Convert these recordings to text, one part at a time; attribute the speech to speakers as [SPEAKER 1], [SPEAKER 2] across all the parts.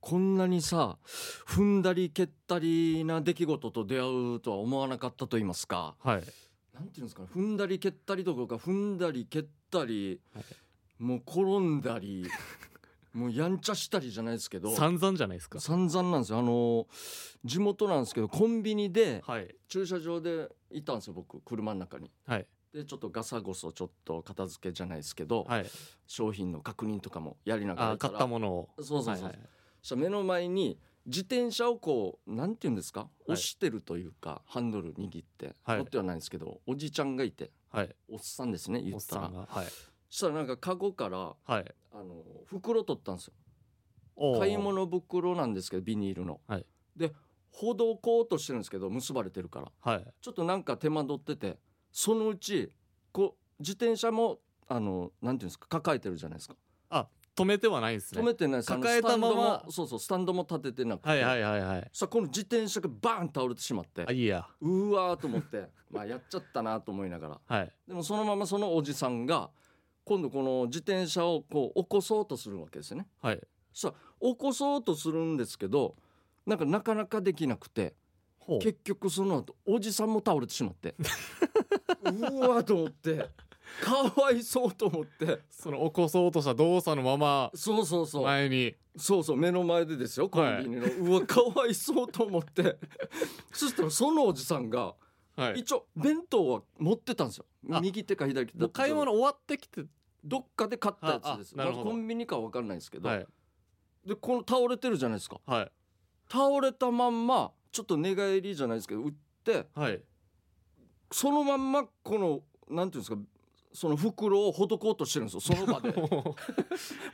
[SPEAKER 1] こんなにさ踏んだり蹴ったりな出来事と出会うとは思わなかったと言いますか
[SPEAKER 2] はい
[SPEAKER 1] なんていうんですかね踏んだり蹴ったりどころか踏んだり蹴ったり、
[SPEAKER 2] はい
[SPEAKER 1] もう転んだり もうやんちゃしたりじゃないですけど
[SPEAKER 2] 散々じゃないですか
[SPEAKER 1] 散々なんですよあの地元なんですけどコンビニで
[SPEAKER 2] はい
[SPEAKER 1] 駐車場でいたんですよ僕車の中に。
[SPEAKER 2] はい
[SPEAKER 1] でちょっとガサゴソちょっと片付けじゃないですけど、
[SPEAKER 2] はい
[SPEAKER 1] 商品の確認とかもやりながら
[SPEAKER 2] あ
[SPEAKER 1] い
[SPEAKER 2] 買った
[SPEAKER 1] も
[SPEAKER 2] ものを
[SPEAKER 1] そうそうそう、
[SPEAKER 2] はいはい
[SPEAKER 1] そしたら目の前に自転車をこうなんて言うんですか
[SPEAKER 2] い
[SPEAKER 1] 押してるというか、ハンドル握って、
[SPEAKER 2] はい
[SPEAKER 1] 持ってはないんですけどおじちゃんがいて
[SPEAKER 2] はい
[SPEAKER 1] おっさんですね言
[SPEAKER 2] おっ
[SPEAKER 1] った
[SPEAKER 2] さ
[SPEAKER 1] ら
[SPEAKER 2] んがはい
[SPEAKER 1] そしたらなんかカゴから
[SPEAKER 2] はい
[SPEAKER 1] あの袋取ったんですよ
[SPEAKER 2] おー
[SPEAKER 1] 買い物袋なんですけどビニールの、
[SPEAKER 2] はい
[SPEAKER 1] でほどこうとしてるんですけど結ばれてるから
[SPEAKER 2] はい
[SPEAKER 1] ちょっとなんか手間取っててそのうちこう自転車もあのなんていうんですか抱えてるじゃないですか
[SPEAKER 2] 止めてはないんですね
[SPEAKER 1] 止めてないですあの
[SPEAKER 2] 抱えたま
[SPEAKER 1] スタンド
[SPEAKER 2] ま
[SPEAKER 1] もそうそうスタンドも立ててなくて、
[SPEAKER 2] はいはいはいはい
[SPEAKER 1] さあこの自転車がバーン倒れてしまって
[SPEAKER 2] あいいや
[SPEAKER 1] うわーと思って まあやっちゃったなと思いながら
[SPEAKER 2] はい
[SPEAKER 1] でもそのままそのおじさんが今度この自転車をこう起こそうとするわけですね
[SPEAKER 2] はい
[SPEAKER 1] 起こそうとするんですけどなんかなかなかできなくて
[SPEAKER 2] ほう
[SPEAKER 1] 結局その後おじさんも倒れてしまってうわーと思ってかわいそうと思って
[SPEAKER 2] その起こそうとした動作のまま
[SPEAKER 1] そうそうそう、
[SPEAKER 2] 前に
[SPEAKER 1] そうそう目の前でですよコンビニの、うわかわいそうと思ってそしたらそのおじさんが
[SPEAKER 2] はい
[SPEAKER 1] 一応弁当は持ってたんですよ
[SPEAKER 2] あ
[SPEAKER 1] 右手か左手だ
[SPEAKER 2] もう買い物終わってきて
[SPEAKER 1] どっかで買ったやつです
[SPEAKER 2] ああなるほど
[SPEAKER 1] まあコンビニかわかんないですけど、
[SPEAKER 2] はい
[SPEAKER 1] でこの倒れてるじゃないですか
[SPEAKER 2] はい
[SPEAKER 1] 倒れたまんまちょっと寝返りじゃないですけど打って
[SPEAKER 2] はい
[SPEAKER 1] そのまんまこのなんていうんですかその袋をほどこうとしてるんですよその場で
[SPEAKER 2] も
[SPEAKER 1] も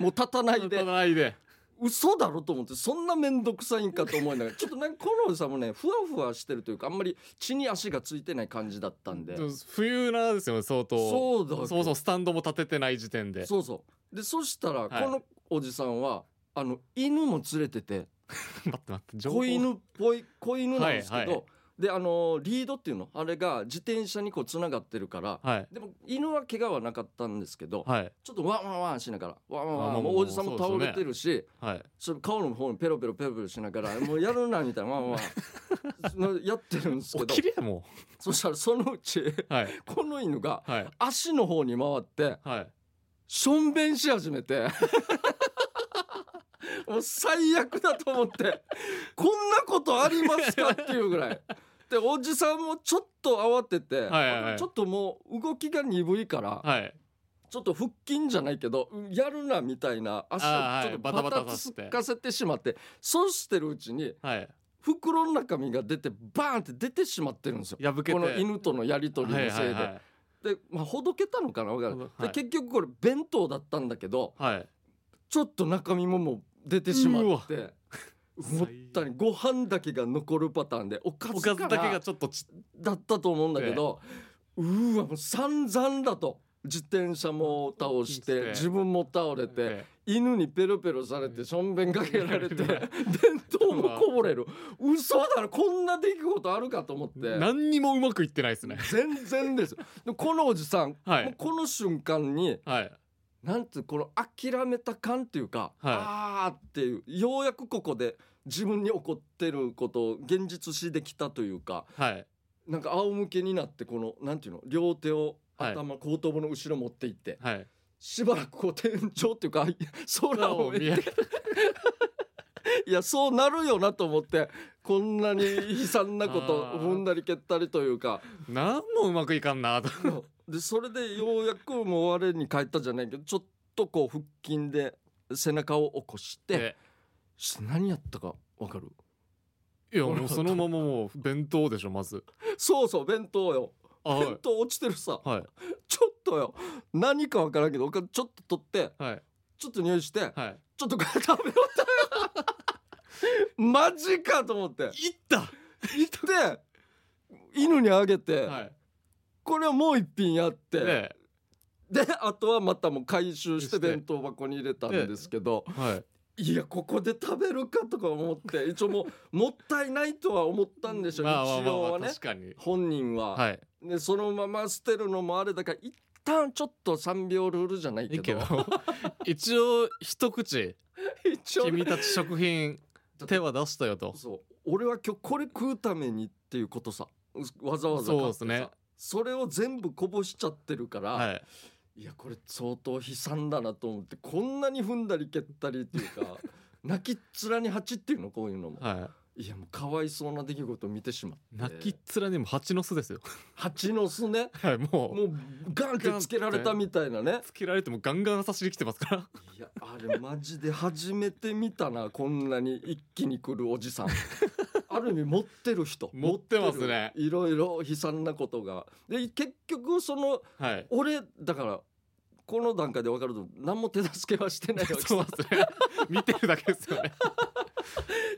[SPEAKER 1] う立た な
[SPEAKER 2] う
[SPEAKER 1] い
[SPEAKER 2] 立
[SPEAKER 1] で
[SPEAKER 2] たないで
[SPEAKER 1] 嘘だろと思ってそんな面倒くさいんかと思いながらちょっとなんかこのさんもねふわふわしてるというかあんまり血に足がついてない感じだったんで
[SPEAKER 2] でも冬なですよね相当
[SPEAKER 1] そうだ
[SPEAKER 2] そうそうスタンドも立ててない時点で
[SPEAKER 1] そうそうでそしたら
[SPEAKER 2] い
[SPEAKER 1] このおじさんは、あの犬も連れてて
[SPEAKER 2] 待って待って情報
[SPEAKER 1] 子犬っぽい子犬なんですけど、
[SPEAKER 2] はいはい
[SPEAKER 1] であのリードっていうのあれが自転車にこうつながってるから。
[SPEAKER 2] はい
[SPEAKER 1] でも犬は怪我はなかったんですけど、
[SPEAKER 2] はい
[SPEAKER 1] ちょっとワンワンワンしながらワンワン
[SPEAKER 2] あ
[SPEAKER 1] ワ
[SPEAKER 2] まあ
[SPEAKER 1] ンもうおじさんも
[SPEAKER 2] そ
[SPEAKER 1] 倒
[SPEAKER 2] うですよね
[SPEAKER 1] れてるし、
[SPEAKER 2] はい
[SPEAKER 1] それ顔の方にペロペロペロペロしなが らもうやるなみたいなワンワンそのやってるんですけ
[SPEAKER 2] 起
[SPEAKER 1] ど
[SPEAKER 2] きれやも
[SPEAKER 1] そしたらそのうち
[SPEAKER 2] うはい
[SPEAKER 1] この犬が
[SPEAKER 2] はい
[SPEAKER 1] 足の方に回って
[SPEAKER 2] はい
[SPEAKER 1] しょんべんし始め てもう最悪だと思ってこんなことありますかっていうぐらいでおじさんもちょっと慌てて、
[SPEAKER 2] はいはいはい
[SPEAKER 1] ちょっともう動きが鈍いから、
[SPEAKER 2] はい
[SPEAKER 1] ちょっと腹筋じゃないけどうんやるなみたいな足を
[SPEAKER 2] あー
[SPEAKER 1] ちょっと
[SPEAKER 2] は
[SPEAKER 1] バ
[SPEAKER 2] い
[SPEAKER 1] タ
[SPEAKER 2] バタ
[SPEAKER 1] バ
[SPEAKER 2] バタ
[SPEAKER 1] タ
[SPEAKER 2] させ
[SPEAKER 1] つ
[SPEAKER 2] て
[SPEAKER 1] かせてしまってそうしてるうちに
[SPEAKER 2] はい
[SPEAKER 1] 袋の中身が出てバーンって出てしまってるんですよ。
[SPEAKER 2] 破けて
[SPEAKER 1] この犬とのやり取りのせいで、
[SPEAKER 2] はいはいはい
[SPEAKER 1] で、まあ、ほどけたのかなわからない、
[SPEAKER 2] は
[SPEAKER 1] で
[SPEAKER 2] い
[SPEAKER 1] 結局これ弁当だったんだけど
[SPEAKER 2] はい
[SPEAKER 1] ちょっと中身ももう出てしまって
[SPEAKER 2] 最悪
[SPEAKER 1] もったいないご飯だけが残るパターンでおか
[SPEAKER 2] お
[SPEAKER 1] ずか
[SPEAKER 2] か
[SPEAKER 1] な
[SPEAKER 2] ずだけがちょっとち
[SPEAKER 1] だったと思うんだけど、うーわもう散々だと自転車も倒し
[SPEAKER 2] して
[SPEAKER 1] て自分も倒れて
[SPEAKER 2] え
[SPEAKER 1] 犬にペロペロされてしょんべんかけられて
[SPEAKER 2] うわ
[SPEAKER 1] 弁当もこぼれる嘘だろこんな出来事あるかと思っ
[SPEAKER 2] え
[SPEAKER 1] て
[SPEAKER 2] 何にもうまくいってないですね
[SPEAKER 1] 全然ですでこのおじさん、
[SPEAKER 2] は
[SPEAKER 1] もう
[SPEAKER 2] い
[SPEAKER 1] この瞬間に
[SPEAKER 2] はい
[SPEAKER 1] なんてこの諦めた感っていうか、
[SPEAKER 2] はい
[SPEAKER 1] あーっていうようやくここで自分に起こってることを現実視できたというか
[SPEAKER 2] はい
[SPEAKER 1] なんか仰向けになってこのなんていうの両手を頭、後頭部の後ろ持っていって
[SPEAKER 2] はい
[SPEAKER 1] しばらくこう天井っていうか 空を見
[SPEAKER 2] 見上げ
[SPEAKER 1] いやそうなるよなと思ってこんなに悲惨なこと
[SPEAKER 2] あー
[SPEAKER 1] 踏んだり蹴ったりというか
[SPEAKER 2] 何もうまくいかんなと
[SPEAKER 1] もうでそれでようやくもう我に返ったじゃないけどちょっとこう腹筋で背中を起こして
[SPEAKER 2] え
[SPEAKER 1] し何やったかわかる
[SPEAKER 2] えいやもうそのままもう弁当でしょまず
[SPEAKER 1] そうそう弁当よ
[SPEAKER 2] あはい
[SPEAKER 1] 弁当落ちてるさ
[SPEAKER 2] はい
[SPEAKER 1] ちょっとよ何かわからんけどおかずちょっと取って
[SPEAKER 2] はい
[SPEAKER 1] ちょっと匂いして、
[SPEAKER 2] はい
[SPEAKER 1] ちょっとこれ食べようと マジかと思って
[SPEAKER 2] いった
[SPEAKER 1] 行って犬にあげて、
[SPEAKER 2] はい
[SPEAKER 1] これをもう一品やって、
[SPEAKER 2] で
[SPEAKER 1] であとはまたもう回収して
[SPEAKER 2] して
[SPEAKER 1] 弁当箱に入れたんですけど、
[SPEAKER 2] はい
[SPEAKER 1] いやここで食べるかとか思って一応もうもったいないとは思ったんでしょう、
[SPEAKER 2] まあまあ
[SPEAKER 1] 一
[SPEAKER 2] ま
[SPEAKER 1] 応
[SPEAKER 2] あま
[SPEAKER 1] は
[SPEAKER 2] あ
[SPEAKER 1] ね
[SPEAKER 2] 確かに
[SPEAKER 1] 本人は、
[SPEAKER 2] はい
[SPEAKER 1] でそのまま捨てるのもあれだから一旦ちょっと3秒ルールじゃないけ
[SPEAKER 2] いいけ
[SPEAKER 1] ど
[SPEAKER 2] ど一応一口
[SPEAKER 1] 一ちゃ
[SPEAKER 2] 君たち食品手は出したよと
[SPEAKER 1] そう俺は今日これ食うためにっていうことさわざわざ買ってさ
[SPEAKER 2] そうですね
[SPEAKER 1] それを全部こぼしちゃってるから、
[SPEAKER 2] はい
[SPEAKER 1] いやこれ相当悲惨だなと思ってこんなに踏んだり蹴ったりっていうか 泣きっ面に蜂っていうのこういうのも、、
[SPEAKER 2] はい
[SPEAKER 1] やもうかわいそうな出来事を見てしまって
[SPEAKER 2] い泣きっ面にも蜂の巣ですよ
[SPEAKER 1] 蜂の巣ね
[SPEAKER 2] はいもう
[SPEAKER 1] もうガンってつけられたみたいなね
[SPEAKER 2] つけられてもガンガン刺しに来てますから
[SPEAKER 1] いやあれマジで初めて見たなこんなに一気に来るお じさんある意味持ってる人
[SPEAKER 2] 持ってますね
[SPEAKER 1] 持ってるいろいろ悲惨なことがで結局その
[SPEAKER 2] はい
[SPEAKER 1] 俺だからこの段階で分かると何も手助けはしてないわけさ
[SPEAKER 2] そうですね見てるだけですよ ね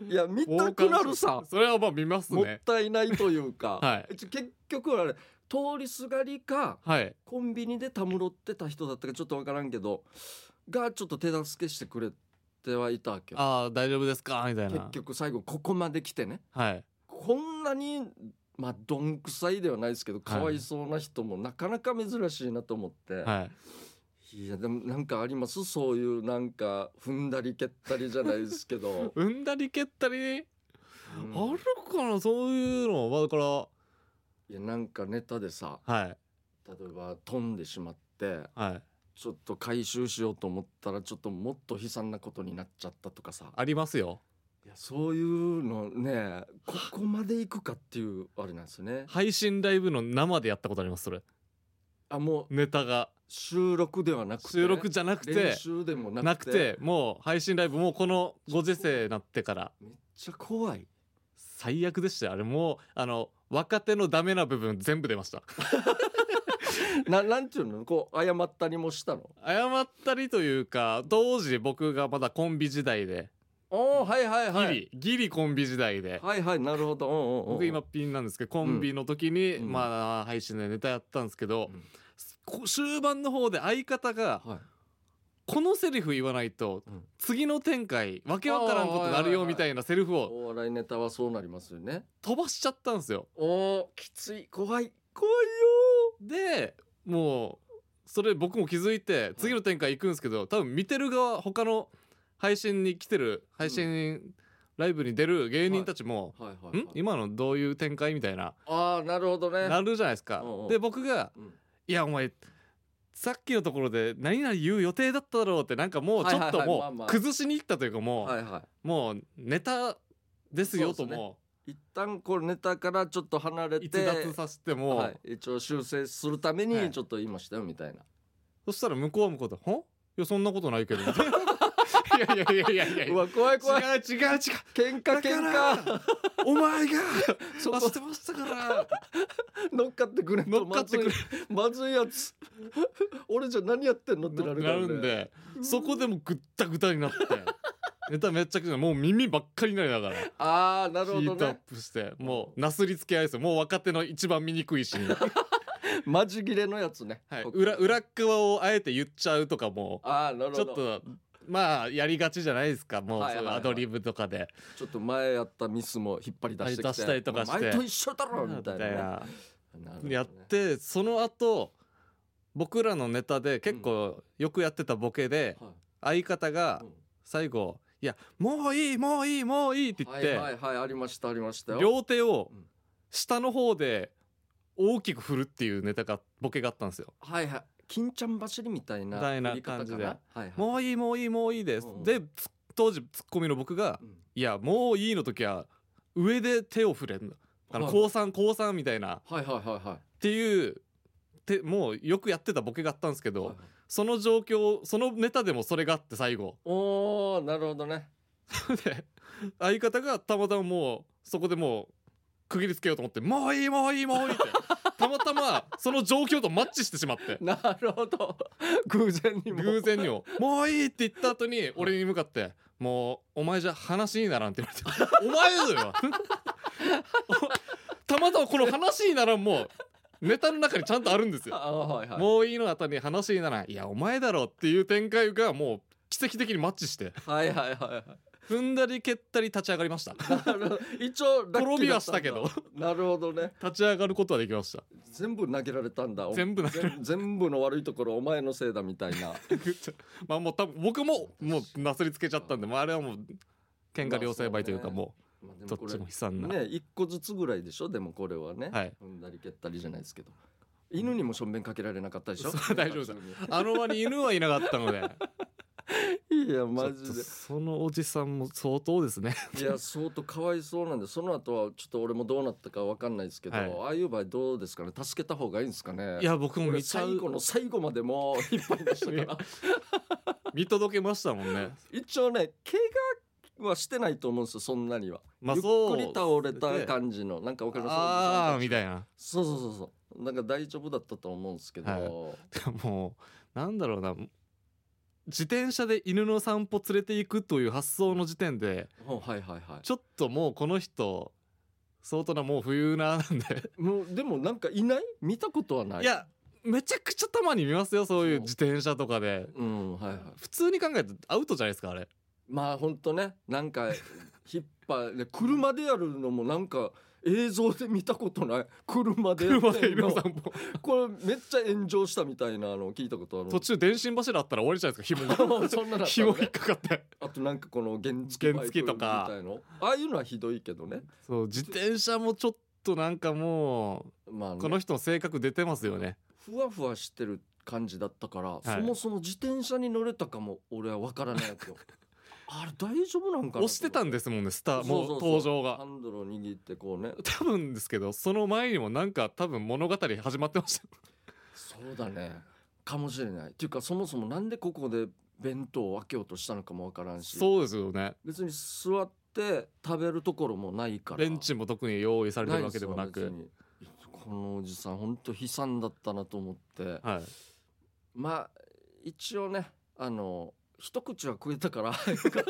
[SPEAKER 1] いや見たくなるさ
[SPEAKER 2] それはまあ見ます
[SPEAKER 1] もっ
[SPEAKER 2] ね
[SPEAKER 1] たいないというか、
[SPEAKER 2] は
[SPEAKER 1] ちょ結局あれ通りすがりか
[SPEAKER 2] はい
[SPEAKER 1] コンビニでたむろってた人だったかちょっと分からんけどがちょっと手助けしてくれてはいたわけよ
[SPEAKER 2] ああ大丈夫ですかみたい
[SPEAKER 1] 結
[SPEAKER 2] な
[SPEAKER 1] 局最後ここまで来てね
[SPEAKER 2] はい
[SPEAKER 1] こんなにまあどんくさいではないですけどかわいそうな人もなかなか珍しいなと思って、
[SPEAKER 2] はい、
[SPEAKER 1] い、やでもなんかありますそういうなんか踏んだり蹴ったりじゃないですけど
[SPEAKER 2] 産んだり蹴ったり
[SPEAKER 1] うん
[SPEAKER 2] あるかなそういうのまあだから
[SPEAKER 1] いやなんかネタでさ
[SPEAKER 2] はい
[SPEAKER 1] 例えば飛んでしまって
[SPEAKER 2] はい
[SPEAKER 1] ちょっと回収しようと思ったらちょっともっと悲惨なことになっちゃったとかさ
[SPEAKER 2] ありますよ
[SPEAKER 1] いやそういうのねここまで行くかっていうあれなんですよね
[SPEAKER 2] 配信ライブの生でやったことありますそれ
[SPEAKER 1] あもう
[SPEAKER 2] ネタが
[SPEAKER 1] 収録ではなくて
[SPEAKER 2] 収録じゃなく
[SPEAKER 1] 練
[SPEAKER 2] て
[SPEAKER 1] 習でもなくて
[SPEAKER 2] なくてもう配信ライブもうこのご時世になってから
[SPEAKER 1] めっちゃ怖い
[SPEAKER 2] 最悪でしたよあれもうあの若手のダメな部分全部出ました
[SPEAKER 1] ななんていうのこう謝ったりもしたの
[SPEAKER 2] 謝ったりというか当時僕がまだコンビ時代で
[SPEAKER 1] おーはいはい
[SPEAKER 2] ギ
[SPEAKER 1] はい
[SPEAKER 2] リギリコンビ時代で
[SPEAKER 1] はいはいなるほどうんうんうん
[SPEAKER 2] 僕今ピンなんですけどコンビの時に、
[SPEAKER 1] うん
[SPEAKER 2] まあ配信でネタやったんですけど
[SPEAKER 1] うん、
[SPEAKER 2] こ終盤の方で相方が
[SPEAKER 1] はい
[SPEAKER 2] このセリフ言わないと
[SPEAKER 1] うん
[SPEAKER 2] 次の展開わけわからんことになるよみたいなセリフを
[SPEAKER 1] お笑いネタはそうなりますよね
[SPEAKER 2] 飛ばしちゃったんですよ。
[SPEAKER 1] おーきつい怖い怖い
[SPEAKER 2] でもうそれ僕も気づいて次の展開行くんですけど多分見てる側他の配信に来てる配信ライブに出る芸人たちも
[SPEAKER 1] よはいは
[SPEAKER 2] 「
[SPEAKER 1] い、
[SPEAKER 2] ん
[SPEAKER 1] はい、
[SPEAKER 2] 今のどういう展開?」みたいな
[SPEAKER 1] ああなるほどね
[SPEAKER 2] なるじゃないですか
[SPEAKER 1] うんうん。
[SPEAKER 2] で僕が
[SPEAKER 1] うん
[SPEAKER 2] 「いやお前さっきのところで何々言う予定だっただろう」ってなんかもうちょっと
[SPEAKER 1] はいはいはいまあ
[SPEAKER 2] も
[SPEAKER 1] ま
[SPEAKER 2] う
[SPEAKER 1] あ
[SPEAKER 2] 崩しに行ったというかも
[SPEAKER 1] は
[SPEAKER 2] う
[SPEAKER 1] いはい
[SPEAKER 2] もうネタですよと
[SPEAKER 1] そうですね
[SPEAKER 2] も
[SPEAKER 1] 一旦これネタからちょっと離れて
[SPEAKER 2] 逸脱させて
[SPEAKER 1] は
[SPEAKER 2] も
[SPEAKER 1] い、一応修正するため
[SPEAKER 2] はい
[SPEAKER 1] にちょっと言いましたよみたいな、
[SPEAKER 2] そしたら向こうは向こうで「ほんいやそんなことない けど」みたいないやいやいやいやいうや
[SPEAKER 1] わ怖い怖い
[SPEAKER 2] 違う違う違う
[SPEAKER 1] 喧嘩喧
[SPEAKER 2] だ
[SPEAKER 1] 嘩
[SPEAKER 2] お前が
[SPEAKER 1] そこ
[SPEAKER 2] 忘れてましたから
[SPEAKER 1] 乗っかってくれんと
[SPEAKER 2] 乗っかってくれ
[SPEAKER 1] まずいまずいやつ 俺じゃ何やってんのってなるから、
[SPEAKER 2] な
[SPEAKER 1] ね、
[SPEAKER 2] るんでそこでもうぐったぐたになってネタめっちゃくちゃもう耳ばっかりになりながら
[SPEAKER 1] ああなるほ
[SPEAKER 2] ヒー
[SPEAKER 1] ど
[SPEAKER 2] トアッ
[SPEAKER 1] ね
[SPEAKER 2] プしてもうなすりつけ合いですよもう若手の一番醜いシーン、
[SPEAKER 1] マジ切れのやつね、
[SPEAKER 2] はい、
[SPEAKER 1] ここ
[SPEAKER 2] 裏裏側をあえて言っちゃうとかも
[SPEAKER 1] ああなる
[SPEAKER 2] ち
[SPEAKER 1] ほ
[SPEAKER 2] ょ
[SPEAKER 1] ど
[SPEAKER 2] っとまあやりがちじゃないですかもう
[SPEAKER 1] はいはいはい
[SPEAKER 2] アドリブとかで
[SPEAKER 1] ちょっと前やったミスも引っ張り出してき
[SPEAKER 2] 出
[SPEAKER 1] て
[SPEAKER 2] したりとかして
[SPEAKER 1] お前と一緒だろみ
[SPEAKER 2] み
[SPEAKER 1] た
[SPEAKER 2] た
[SPEAKER 1] い
[SPEAKER 2] い
[SPEAKER 1] なね
[SPEAKER 2] な
[SPEAKER 1] なるほどね
[SPEAKER 2] やってその後僕らのネタで結構よくやってたボケで
[SPEAKER 1] は
[SPEAKER 2] 相方が
[SPEAKER 1] いうん
[SPEAKER 2] 最後「いやもういいもういいもういい」って言っ
[SPEAKER 1] はいはい
[SPEAKER 2] て
[SPEAKER 1] はいありましたありましたよ
[SPEAKER 2] 両手を
[SPEAKER 1] うん
[SPEAKER 2] 下の方で大きく振るっていうネタがボケがあったんですよ。
[SPEAKER 1] はいはい金ちゃん走りみたいな
[SPEAKER 2] みたいな
[SPEAKER 1] 振り方か
[SPEAKER 2] 感じで
[SPEAKER 1] はいはい
[SPEAKER 2] もういいもういいもういいです
[SPEAKER 1] うんう。ん
[SPEAKER 2] でつ当時ツッコミの僕が
[SPEAKER 1] うん
[SPEAKER 2] 「いやもういい」の時は上で手を振れんの。あの
[SPEAKER 1] はい
[SPEAKER 2] 高三高三みたいなっ
[SPEAKER 1] はいはいはいは
[SPEAKER 2] ていうてもうよくやってたボケがあったんですけ
[SPEAKER 1] い
[SPEAKER 2] ど、
[SPEAKER 1] はい
[SPEAKER 2] その状況そのネタでもそれがあって 最後
[SPEAKER 1] おーなるほどね
[SPEAKER 2] で相方がたまたまもうそこでもう区切りつけようと思って「もういいもういいもう いい」ってたまたまその状況とマッチしてしまって
[SPEAKER 1] なるほど偶然にも
[SPEAKER 2] 偶然にも「もういい」って言った後に俺に向かって「もうお前じゃ話にならん」って言われて 「お前だ よ!お」たまたまこの「話にならん」もネタの中にちゃんとあるんですよ。
[SPEAKER 1] あーはいはい
[SPEAKER 2] もういいの後に話にならん「いやお前だろ」っていう展開がもう奇跡的にマッチして
[SPEAKER 1] はいはいはいはい
[SPEAKER 2] 踏んだり蹴ったり立ち上がりました
[SPEAKER 1] なるほど一応ラッキーだったんだ
[SPEAKER 2] 転びはしたけど
[SPEAKER 1] なるほどね
[SPEAKER 2] 立ち上がることはでき ました
[SPEAKER 1] 全部投げられたんだお
[SPEAKER 2] 全部投げられ
[SPEAKER 1] ぜん全部の悪いところお前のせいだみたいな
[SPEAKER 2] まあもう多分僕ももうなすりつけちゃったんで、まあ、あれはもう喧嘩両成敗というか
[SPEAKER 1] まあ
[SPEAKER 2] も
[SPEAKER 1] まあ
[SPEAKER 2] う
[SPEAKER 1] で
[SPEAKER 2] どっ
[SPEAKER 1] もこれ
[SPEAKER 2] ちも悲惨な、
[SPEAKER 1] ね一個ずつぐらいでしょでもこれはね、
[SPEAKER 2] はい
[SPEAKER 1] 踏んだり蹴ったりじゃないですけど犬にもしょんべんかけられなかったでしょ
[SPEAKER 2] そう大丈夫あの場に犬はいなかったので
[SPEAKER 1] いや マ
[SPEAKER 2] ちょ
[SPEAKER 1] ジ
[SPEAKER 2] っとそのおじさんも相当ですね
[SPEAKER 1] でいや相当かわいそうなんでその後はちょっと俺もどうなったかわかんないですけど、
[SPEAKER 2] はい
[SPEAKER 1] ああいう場合どうですかね助けた方がいいんですかね
[SPEAKER 2] いや僕も
[SPEAKER 1] 俺
[SPEAKER 2] 見ちゃ
[SPEAKER 1] 最
[SPEAKER 2] う
[SPEAKER 1] 後の最後までもう引っ張り出したか
[SPEAKER 2] いや
[SPEAKER 1] ら
[SPEAKER 2] 見届けましたもんね
[SPEAKER 1] 一応ね怪我はしてないと思うんですよそんなには、
[SPEAKER 2] まあ
[SPEAKER 1] ゆ
[SPEAKER 2] そう
[SPEAKER 1] っくり倒れた感じのなんかわかります
[SPEAKER 2] ああみたいな
[SPEAKER 1] そうそうそうそうなんか大丈夫だったと思うんですけど、
[SPEAKER 2] はいもうなんだろうな自転車で犬の散歩連れて行くという発想の時点で
[SPEAKER 1] おはいはいは
[SPEAKER 2] ちょっともうこの人相当なもう冬ななんで、
[SPEAKER 1] いもうでもなんかいない見たことはない
[SPEAKER 2] い、やめちゃくちゃたまに見ますよそういう自転車とかで
[SPEAKER 1] うんはいはい、
[SPEAKER 2] 普通に考えてアウトじゃないですかあれ
[SPEAKER 1] まあほんとねなんか引っ張で車でやるのもなんか映像で見たことない車でやってんの
[SPEAKER 2] 車で犬の散歩
[SPEAKER 1] これめっちゃ炎上したみたいなのを聞いたことある
[SPEAKER 2] 途中電信柱あったら終わりじゃないですか紐が
[SPEAKER 1] そんなのあったのね
[SPEAKER 2] 紐引っかかって
[SPEAKER 1] あとなんかこの原付バイクみたいなああいうのはひどいけどね
[SPEAKER 2] そう自転車もちょっとなんかも
[SPEAKER 1] まあ
[SPEAKER 2] う
[SPEAKER 1] ね
[SPEAKER 2] この人の性格出てますよね
[SPEAKER 1] ふわふわしてる感じだったから、
[SPEAKER 2] い
[SPEAKER 1] そもそも自転車に乗れたかも俺は分からないわけ よあれ大丈夫なんかな
[SPEAKER 2] 押してたんですもんねスターも
[SPEAKER 1] そう
[SPEAKER 2] う
[SPEAKER 1] そうそう
[SPEAKER 2] 登場が
[SPEAKER 1] ハンドルを握ってこうね
[SPEAKER 2] 多分ですけどその前にもなんか多分物語始まってましたよ
[SPEAKER 1] そうだねかもしれないっていうかそもそもなんでここで弁当を開けようとしたのかも分からんし
[SPEAKER 2] そうですよね
[SPEAKER 1] 別に座って食べるところもないから
[SPEAKER 2] ベンチも特に用意されてるわけでもな
[SPEAKER 1] ない
[SPEAKER 2] く
[SPEAKER 1] んですよ別にこのおじさん本当悲惨だったなと思って
[SPEAKER 2] はい
[SPEAKER 1] まあ一応ねあの一口は食えた からよかったか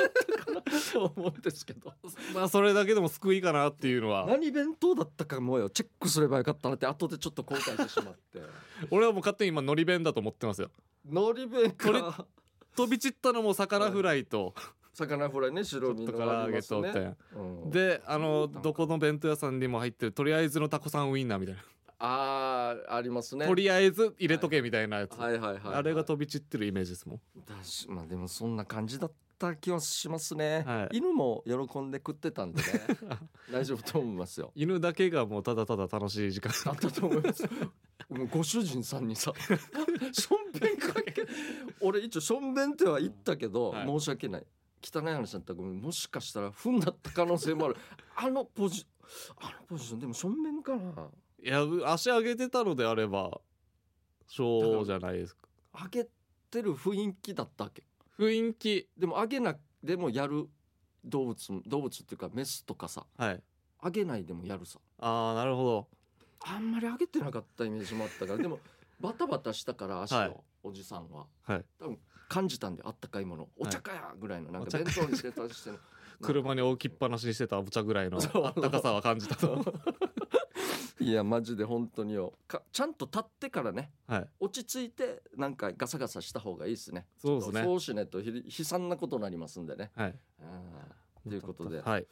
[SPEAKER 1] なと思うんですけど
[SPEAKER 2] まあそれだけでも救いかなっていうのは
[SPEAKER 1] 何弁当だったかもよチェックすればよかったなって後でちょっと後悔してしまって
[SPEAKER 2] 俺はもう勝手に今のり弁だと思ってますよ
[SPEAKER 1] 海苔弁か
[SPEAKER 2] 飛び散ったのも魚フライと
[SPEAKER 1] 魚フライね白身
[SPEAKER 2] と
[SPEAKER 1] の
[SPEAKER 2] 唐
[SPEAKER 1] あ
[SPEAKER 2] 揚
[SPEAKER 1] りま
[SPEAKER 2] げ
[SPEAKER 1] す
[SPEAKER 2] とみ
[SPEAKER 1] ね
[SPEAKER 2] たいな
[SPEAKER 1] うん
[SPEAKER 2] であのどこの弁当屋さんにも入ってるとりあえずのタコさんウインナーみたいな
[SPEAKER 1] あーありますね
[SPEAKER 2] とりあえず入れとけみたいなやつ
[SPEAKER 1] はいはいはい、
[SPEAKER 2] あれが
[SPEAKER 1] と
[SPEAKER 2] 飛び散ってるイメージですもん
[SPEAKER 1] まあでもそんな感じだった気はしますね、
[SPEAKER 2] はい
[SPEAKER 1] 犬も喜んで食ってたんで ね大丈夫と思いますよ
[SPEAKER 2] 犬だけがもうただただ楽しい時 間
[SPEAKER 1] あったと思います。もうご主人さんに さ、しょんべんかけ、俺一応しょんべんっては言ったけど、
[SPEAKER 2] はい
[SPEAKER 1] 申し訳ない。汚い話だったらごめん。もしかしたら踏んだった可能性 もある。あのポジ、あのポジションでもしょんべんかな。
[SPEAKER 2] いや足上げてたのであればそうじゃないですか
[SPEAKER 1] 上げてる雰囲気だったわけ。
[SPEAKER 2] 雰囲気
[SPEAKER 1] でも上げなでもやる動物動物っていうかメスとかさ、
[SPEAKER 2] はい
[SPEAKER 1] 上げないでもやるさ。
[SPEAKER 2] ああなるほど
[SPEAKER 1] あんまり上げてなかったイメージもあったから、でもバタバタしたから足を、
[SPEAKER 2] はい
[SPEAKER 1] おじさんは。
[SPEAKER 2] はい
[SPEAKER 1] 感じたんであったかいものお茶かやぐらいのなん
[SPEAKER 2] お
[SPEAKER 1] か
[SPEAKER 2] 茶
[SPEAKER 1] 弁当にしてたりして の
[SPEAKER 2] 車に置きっぱなしにしてたお茶ぐらいの
[SPEAKER 1] そう
[SPEAKER 2] あったかさは感じたと
[SPEAKER 1] いやマジで本当によかちゃんと立ってからね
[SPEAKER 2] はい
[SPEAKER 1] 落ち着いてなんかガサガサした方がいいですね
[SPEAKER 2] そうですね
[SPEAKER 1] そうしねとひ悲惨なことになりますんでね
[SPEAKER 2] はい
[SPEAKER 1] あーということで
[SPEAKER 2] はい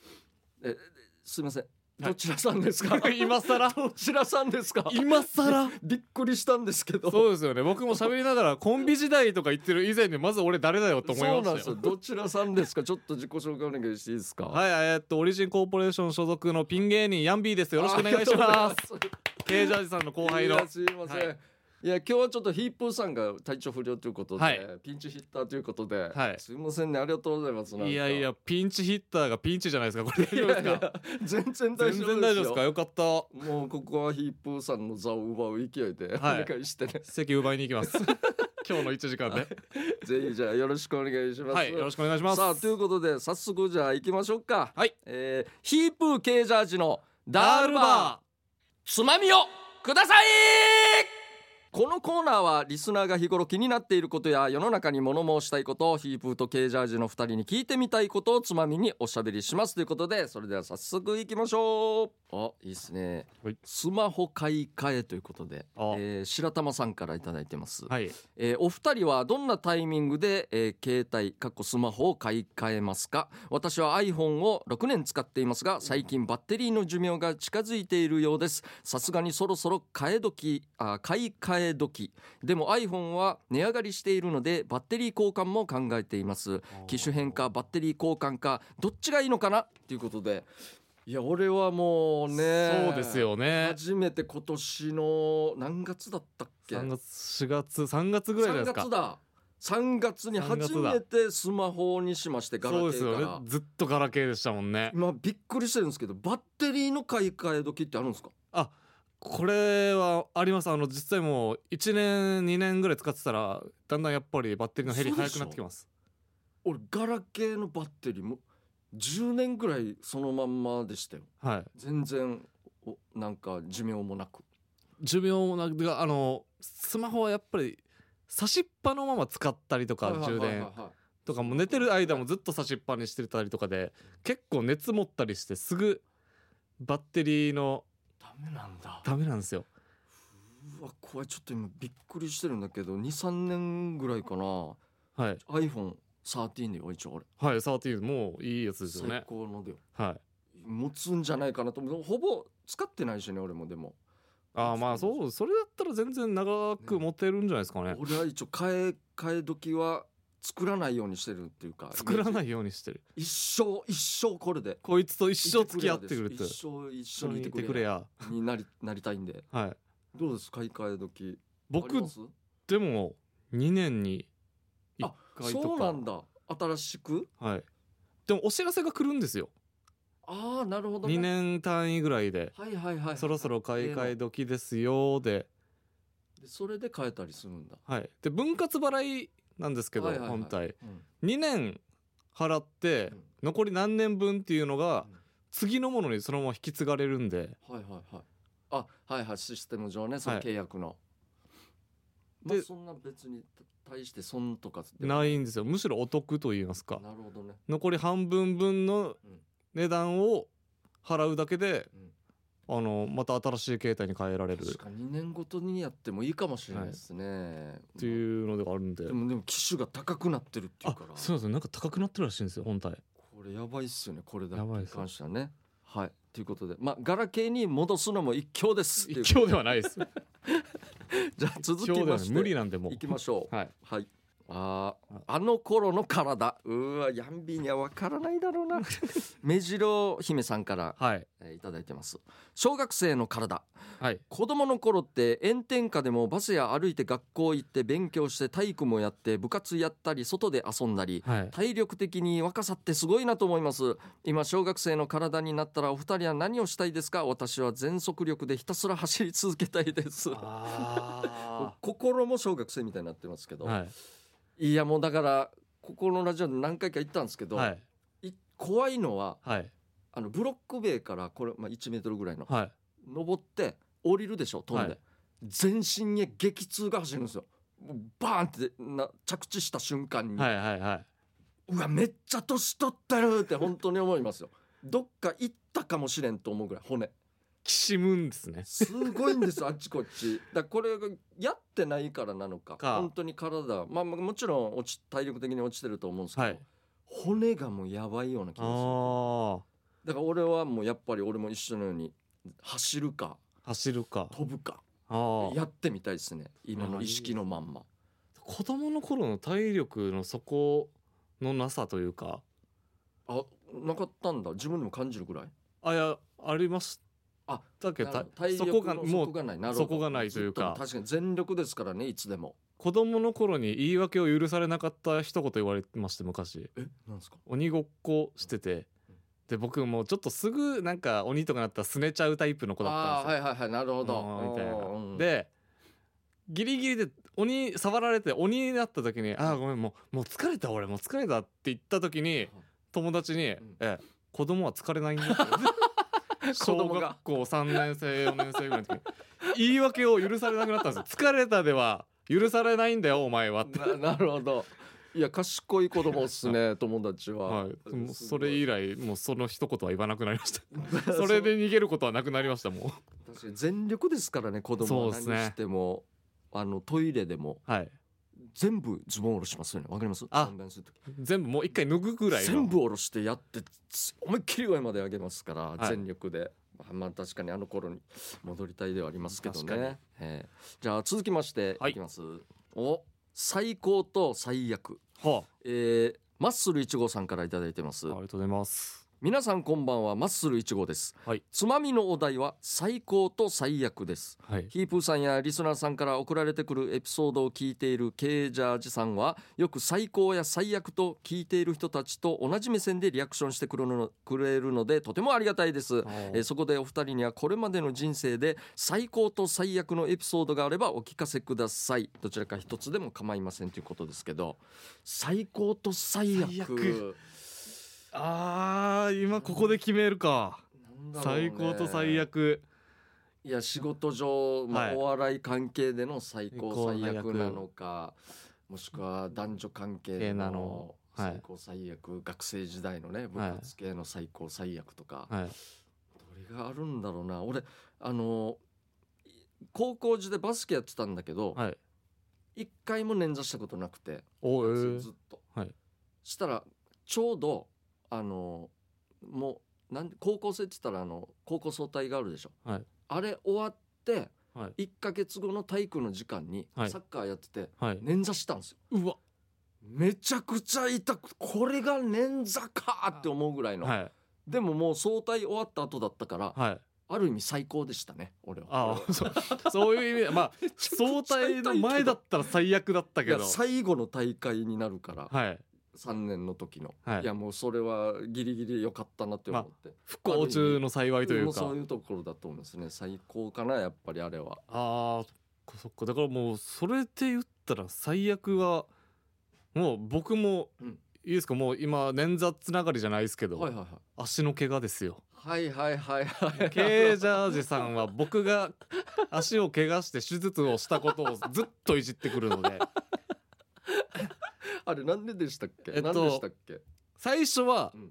[SPEAKER 1] すいませんどちらさんですか
[SPEAKER 2] 今更
[SPEAKER 1] どちらさんですか
[SPEAKER 2] 今更
[SPEAKER 1] びっくりしたんですけど
[SPEAKER 2] そうですよね僕も喋りながらコンビ時代とか言ってる以前にまず俺誰だよと思いま
[SPEAKER 1] そう
[SPEAKER 2] した
[SPEAKER 1] なん
[SPEAKER 2] よ
[SPEAKER 1] ですよどちらさんですかちょっと自己紹介お願いしていいですか
[SPEAKER 2] はいえーっとオリジンコーポレーション所属のピン芸人ヤンビーですよろし くお願いします
[SPEAKER 1] す
[SPEAKER 2] ケージャージさんの後輩の
[SPEAKER 1] いやすいません、
[SPEAKER 2] はい
[SPEAKER 1] い、や今日はちょっとヒープーさんが体調不良ということで、
[SPEAKER 2] はい
[SPEAKER 1] ピンチヒッターということで、
[SPEAKER 2] はい
[SPEAKER 1] すいませんねありがとうございますなんか
[SPEAKER 2] いやいやピンチヒッターがピンチじゃないですかこれ大丈夫です
[SPEAKER 1] いやい
[SPEAKER 2] か
[SPEAKER 1] や全然大
[SPEAKER 2] 全
[SPEAKER 1] 丈夫ですよ
[SPEAKER 2] 然大丈夫ですかよかった
[SPEAKER 1] もうここはヒープーさんの座を奪う勢いで、
[SPEAKER 2] はい
[SPEAKER 1] お願いしてね
[SPEAKER 2] 席奪いに行き ます今日の1時間で
[SPEAKER 1] ぜひじゃあよろしくお願いします、
[SPEAKER 2] はいよろしくお願いします
[SPEAKER 1] さあということで早速じゃあ行きましょうか
[SPEAKER 2] はい
[SPEAKER 1] えーヒープーケージャージのダールバー
[SPEAKER 2] ー
[SPEAKER 1] つまみをくださいこのコーナーはリスナーが日頃気になっていることや世の中に物申したいことをヒープーとケージャージの2人に聞いてみたいことをつまみにおしゃべりしますということでそれでは早速いきましょうあいいですね、
[SPEAKER 2] はい
[SPEAKER 1] スマホ買い替えということで、
[SPEAKER 2] あ
[SPEAKER 1] えー白玉さんから頂いいてます、
[SPEAKER 2] はい
[SPEAKER 1] えーお二人はどんなタイミングで、えー携帯かっこスマホを買い替えますか私は iPhone を6年使っていますが最近バッテリーの寿命が近づいているようですさすがにそろそろ買え時あ買い替え時でも iPhone は値上がりしているのでバッテリー交換も考えています機種変かバッテリー交換かどっちがいいのかなということでいや俺はもうね
[SPEAKER 2] そうですよね
[SPEAKER 1] 初めて今年の何月だったっけ
[SPEAKER 2] 3月4月3月ぐらいじゃないですか
[SPEAKER 1] 3月だ3月に初めてスマホにしましてガラケ
[SPEAKER 2] そうです
[SPEAKER 1] ー
[SPEAKER 2] よ
[SPEAKER 1] から、
[SPEAKER 2] ねずっとガラケーでしたもんね
[SPEAKER 1] 今びっくりしてるんですけどバッテリーの買い替え時ってあるんですか
[SPEAKER 2] あこれはありますあの実際もう1年2年ぐらい使ってたらだんだんやっぱりバッテリーの減り
[SPEAKER 1] そう
[SPEAKER 2] 早
[SPEAKER 1] でしょ
[SPEAKER 2] くなってきます
[SPEAKER 1] 俺ガラケーのバッテリーも10年ぐらいそのまんまでしたよ
[SPEAKER 2] はい
[SPEAKER 1] 全然おなんか寿命もなく
[SPEAKER 2] 寿命もなくあのスマホはやっぱり差しっぱのまま使ったりとか
[SPEAKER 1] はいはい
[SPEAKER 2] 充
[SPEAKER 1] はいはい
[SPEAKER 2] 電とかもう寝てる間もずっと差しっぱにしてたりとかで結構熱持ったりしてすぐバッテリーの
[SPEAKER 1] ダメなんだ
[SPEAKER 2] ダメなんですよ
[SPEAKER 1] うわ怖いちょっと今びっくりしてるんだけど23年ぐらいかな
[SPEAKER 2] はい
[SPEAKER 1] iPhone13 でよ一応俺
[SPEAKER 2] はい13もういいやつですよ
[SPEAKER 1] 最
[SPEAKER 2] ね
[SPEAKER 1] 高のでよ
[SPEAKER 2] はい
[SPEAKER 1] 持つんじゃないかなと思うほぼ使ってないしね俺もでも
[SPEAKER 2] ああまあそうそれだったら全然長く持てるんじゃないですかね
[SPEAKER 1] 俺は一応替え替え時は作らないようにしてるっていうか
[SPEAKER 2] 作らないいようにしてる
[SPEAKER 1] 一生一生 これで
[SPEAKER 2] こいつと一生付き合ってくれ
[SPEAKER 1] い
[SPEAKER 2] て
[SPEAKER 1] てくれやです
[SPEAKER 2] 一
[SPEAKER 1] 一生一
[SPEAKER 2] 緒
[SPEAKER 1] 緒に
[SPEAKER 2] に
[SPEAKER 1] い
[SPEAKER 2] い
[SPEAKER 1] て
[SPEAKER 2] て
[SPEAKER 1] く
[SPEAKER 2] くれ
[SPEAKER 1] れや
[SPEAKER 2] や
[SPEAKER 1] になりなりたいんで
[SPEAKER 2] はい
[SPEAKER 1] どうです買い替え時あり
[SPEAKER 2] 僕
[SPEAKER 1] ます
[SPEAKER 2] でも2年に1
[SPEAKER 1] あ
[SPEAKER 2] 回
[SPEAKER 1] そ
[SPEAKER 2] と
[SPEAKER 1] うな
[SPEAKER 2] か
[SPEAKER 1] んだ新しく
[SPEAKER 2] はいでもお知らせが来るんですよ
[SPEAKER 1] ああなるほどね
[SPEAKER 2] 2年単位ぐらいで
[SPEAKER 1] はいはいはいはい
[SPEAKER 2] そろそろ買い替え時ですよで
[SPEAKER 1] でそれで変えたりするんだ
[SPEAKER 2] はい、で分割払いなんですけど、
[SPEAKER 1] はいはいはい
[SPEAKER 2] 本体
[SPEAKER 1] うん
[SPEAKER 2] 2年払って
[SPEAKER 1] うん
[SPEAKER 2] 残り何年分っていうのが
[SPEAKER 1] うん
[SPEAKER 2] 次のものにそのまま引き継がれるんで
[SPEAKER 1] はいはいはい。あ、はいはい、システム上ね、その
[SPEAKER 2] はい
[SPEAKER 1] 契約の。まあ
[SPEAKER 2] で
[SPEAKER 1] そんな別に対して損とかでも
[SPEAKER 2] ないんですよむしろお得と言いますか
[SPEAKER 1] なるほどね。
[SPEAKER 2] 残り半分分
[SPEAKER 1] う
[SPEAKER 2] の
[SPEAKER 1] ん
[SPEAKER 2] 値段を払うだけで
[SPEAKER 1] うん
[SPEAKER 2] あのまた新しい携帯に変えられる
[SPEAKER 1] 確かに2年ごとにやってもいいかもしれないですね。
[SPEAKER 2] っていうのがあるんで
[SPEAKER 1] まあ。でもでも機種が高くなってるっていう
[SPEAKER 2] あ
[SPEAKER 1] から。
[SPEAKER 2] そうなんですよなんか高くなってるらしいんです よ本体
[SPEAKER 1] これやばいっすよね。これだけ
[SPEAKER 2] やばい
[SPEAKER 1] に
[SPEAKER 2] っす
[SPEAKER 1] 関してはね。はい。ということで、まあガラケーに戻すのも一強です。
[SPEAKER 2] 一強ではな いです
[SPEAKER 1] じゃあ続き
[SPEAKER 2] 一強で
[SPEAKER 1] ま
[SPEAKER 2] はない
[SPEAKER 1] し
[SPEAKER 2] 無理
[SPEAKER 1] て
[SPEAKER 2] なんでも
[SPEAKER 1] いきましょう
[SPEAKER 2] う。はい
[SPEAKER 1] はい。あーあの頃の体うわヤンビーには分からないだろう な目白姫さんから、
[SPEAKER 2] はい
[SPEAKER 1] えーいただいてます小学生の体
[SPEAKER 2] はい
[SPEAKER 1] 子供の頃って炎天下でもバスや歩いて学校行って勉強して体育もやって部活やったり外で遊んだり
[SPEAKER 2] はい
[SPEAKER 1] 体力的に若さってすごいなと思います今小学生の体になったらお二人は何をしたいですか私は全速力でひたすら走り続けたいです
[SPEAKER 2] あ
[SPEAKER 1] 心も小学生みたいになってますけど、
[SPEAKER 2] はい
[SPEAKER 1] いやもうだからここのラジオで何回か言ったんですけど、
[SPEAKER 2] はい
[SPEAKER 1] い怖いのは
[SPEAKER 2] はい
[SPEAKER 1] あのブロック塀からこれ、まあ、1メートルぐらいの
[SPEAKER 2] はい
[SPEAKER 1] 登って降りるでしょ飛んで、
[SPEAKER 2] はい
[SPEAKER 1] 全身に激痛が走るんですよもうバーンってな着地した瞬間に、
[SPEAKER 2] はいはいは
[SPEAKER 1] うわめっちゃ年取ってるって本当に思いますよどっか行ったかもしれんと思うぐらい骨
[SPEAKER 2] いきしむんですね
[SPEAKER 1] すごいん ですよあっちこっちだからこれがやってないからなのか
[SPEAKER 2] か
[SPEAKER 1] 本当に体はまあまあもちろん落ち体力的に落ちてると思うんですけど、
[SPEAKER 2] はい
[SPEAKER 1] 骨がもうやばいような気
[SPEAKER 2] あ
[SPEAKER 1] がする
[SPEAKER 2] ー
[SPEAKER 1] だから俺はもうやっぱり俺も一緒のように走るか
[SPEAKER 2] 走るか
[SPEAKER 1] 飛ぶか
[SPEAKER 2] あー
[SPEAKER 1] やってみたいですね今
[SPEAKER 2] あ
[SPEAKER 1] の
[SPEAKER 2] ー
[SPEAKER 1] 意識のまんま
[SPEAKER 2] 子供の頃の体力の底のなさというか
[SPEAKER 1] あなかったんだ自分でも感じるぐらい
[SPEAKER 2] あいやありまし
[SPEAKER 1] あ
[SPEAKER 2] たけど
[SPEAKER 1] なる
[SPEAKER 2] た
[SPEAKER 1] ほど体
[SPEAKER 2] そ
[SPEAKER 1] 力
[SPEAKER 2] こ
[SPEAKER 1] の
[SPEAKER 2] が
[SPEAKER 1] 底
[SPEAKER 2] もう
[SPEAKER 1] がないなるほど
[SPEAKER 2] そこがないというか
[SPEAKER 1] ずっ確かに全力ですからねいつでも
[SPEAKER 2] 子供の頃に言い訳を許されなかった一言言われてまして昔
[SPEAKER 1] えなんですか
[SPEAKER 2] 鬼ごっこしててで僕もうちょっとすぐなんか鬼とかなったらすねちゃうタイプの子だった
[SPEAKER 1] あ
[SPEAKER 2] んです
[SPEAKER 1] ー
[SPEAKER 2] よ
[SPEAKER 1] はいはいはいなるほど
[SPEAKER 2] うんみたいな、
[SPEAKER 1] うん
[SPEAKER 2] でギリギリで鬼触られて鬼になった時に「ああごめんもうもう疲れた俺もう疲れた」って言った時に友達に「
[SPEAKER 1] ん
[SPEAKER 2] ええ子供は疲れないんだ」っ て
[SPEAKER 1] 子
[SPEAKER 2] 小
[SPEAKER 1] 供
[SPEAKER 2] 学
[SPEAKER 1] が
[SPEAKER 2] 校3年生4年生ぐらいの時に言い訳を許されなくなったんですよ疲れたでは許されないんだよお前はって、
[SPEAKER 1] な なるほどいや賢い子供っす ね友達は、
[SPEAKER 2] はい、もう
[SPEAKER 1] す
[SPEAKER 2] そ
[SPEAKER 1] ごい
[SPEAKER 2] れ以来もうその一言は言わなくなりました それで逃げることはなくなりましたも
[SPEAKER 1] 確かに全力ですからね子供は
[SPEAKER 2] そう
[SPEAKER 1] 何
[SPEAKER 2] っすね
[SPEAKER 1] しても、あのトイレでも
[SPEAKER 2] うはい
[SPEAKER 1] 全部ズボン下ろしますよねわかります
[SPEAKER 2] あ
[SPEAKER 1] 懇願する時
[SPEAKER 2] 全部もう一回脱ぐぐらいの
[SPEAKER 1] 全部下ろしてやってつ思いっきり上まで上げますから、
[SPEAKER 2] い
[SPEAKER 1] 全力で。あまあ確かにあの頃に戻りたいではありますけど
[SPEAKER 2] 確かに
[SPEAKER 1] ね。ええじゃあ続きまして
[SPEAKER 2] はい
[SPEAKER 1] いきます。お最高と最悪。
[SPEAKER 2] は
[SPEAKER 1] えー、マッスル1号さんから頂いいてます。
[SPEAKER 2] あ、ありがとうございます
[SPEAKER 1] 皆さんこんばんはマッスル1号です、
[SPEAKER 2] はい
[SPEAKER 1] つまみのお題は最高と最悪です
[SPEAKER 2] はい
[SPEAKER 1] ヒープーさんやリスナーさんから送られてくるエピソードを聞いているケージャージさんはよく最高や最悪と聞いている人たちと同じ目線でリアクションしてくるのくれるのでとてもありがたいですえーそこでお二人にはこれまでの人生で最高と最悪のエピソードがあればお聞かせくださいどちらか一つでも構いませんということですけど最高と最悪
[SPEAKER 2] 最悪あー今ここで決めるか、
[SPEAKER 1] なんだろうね
[SPEAKER 2] 最高と最悪
[SPEAKER 1] いや仕事上、まあ
[SPEAKER 2] はい
[SPEAKER 1] お笑い関係での最高
[SPEAKER 2] 最
[SPEAKER 1] 最
[SPEAKER 2] 高
[SPEAKER 1] 悪なのかもしくは男女関係で
[SPEAKER 2] 系な
[SPEAKER 1] の
[SPEAKER 2] のはい
[SPEAKER 1] 最高最悪、学生時代のね部活系の最高最悪とか、
[SPEAKER 2] はい
[SPEAKER 1] どれがあるんだろうな俺あのい高校時でバスケやってたんだけど
[SPEAKER 2] はい
[SPEAKER 1] 一、回も捻挫したことなくて、
[SPEAKER 2] おえー
[SPEAKER 1] ずっと、
[SPEAKER 2] はい
[SPEAKER 1] したらちょうどあのもうなん高校生って言ったらあの高校総体があるでしょ、
[SPEAKER 2] はい
[SPEAKER 1] あれ終わって
[SPEAKER 2] はい
[SPEAKER 1] 1か月後の体育の時間にサ
[SPEAKER 2] はい
[SPEAKER 1] ッカーやってて
[SPEAKER 2] はい
[SPEAKER 1] 捻挫したんですよ
[SPEAKER 2] うわ
[SPEAKER 1] めちゃくちゃ痛くこれが捻挫かって思うぐらいの、
[SPEAKER 2] はい
[SPEAKER 1] でももう総体終わった後だったから
[SPEAKER 2] はい
[SPEAKER 1] ある意味最高でしたね俺は
[SPEAKER 2] ああ そうそういう意味 でまあ相対の前だったら最悪だった
[SPEAKER 1] い
[SPEAKER 2] け
[SPEAKER 1] や
[SPEAKER 2] ど
[SPEAKER 1] 最後の大会になるから、
[SPEAKER 2] はい
[SPEAKER 1] 3年の時の、
[SPEAKER 2] はい
[SPEAKER 1] い、やもうそれはギリギリ良かったなって思って、
[SPEAKER 2] 不幸中の幸いとい
[SPEAKER 1] も
[SPEAKER 2] う
[SPEAKER 1] うそ
[SPEAKER 2] か
[SPEAKER 1] ういうところだと思いますね最高かなやっぱりあれは
[SPEAKER 2] あーそっかそっかだからもうそれで言ったら最悪はもう僕も
[SPEAKER 1] うん
[SPEAKER 2] いいですかもう今捻挫つながりじゃないですけど、
[SPEAKER 1] はいはい
[SPEAKER 2] 足の怪我で すよ
[SPEAKER 1] はいはいはいはいはい
[SPEAKER 2] ケージャージさんは僕が足を怪我して手術をしたことをずっといじってく るので
[SPEAKER 1] あれなんででしたっけ、
[SPEAKER 2] えっと
[SPEAKER 1] 何でしたっけ、
[SPEAKER 2] 最初は
[SPEAKER 1] うん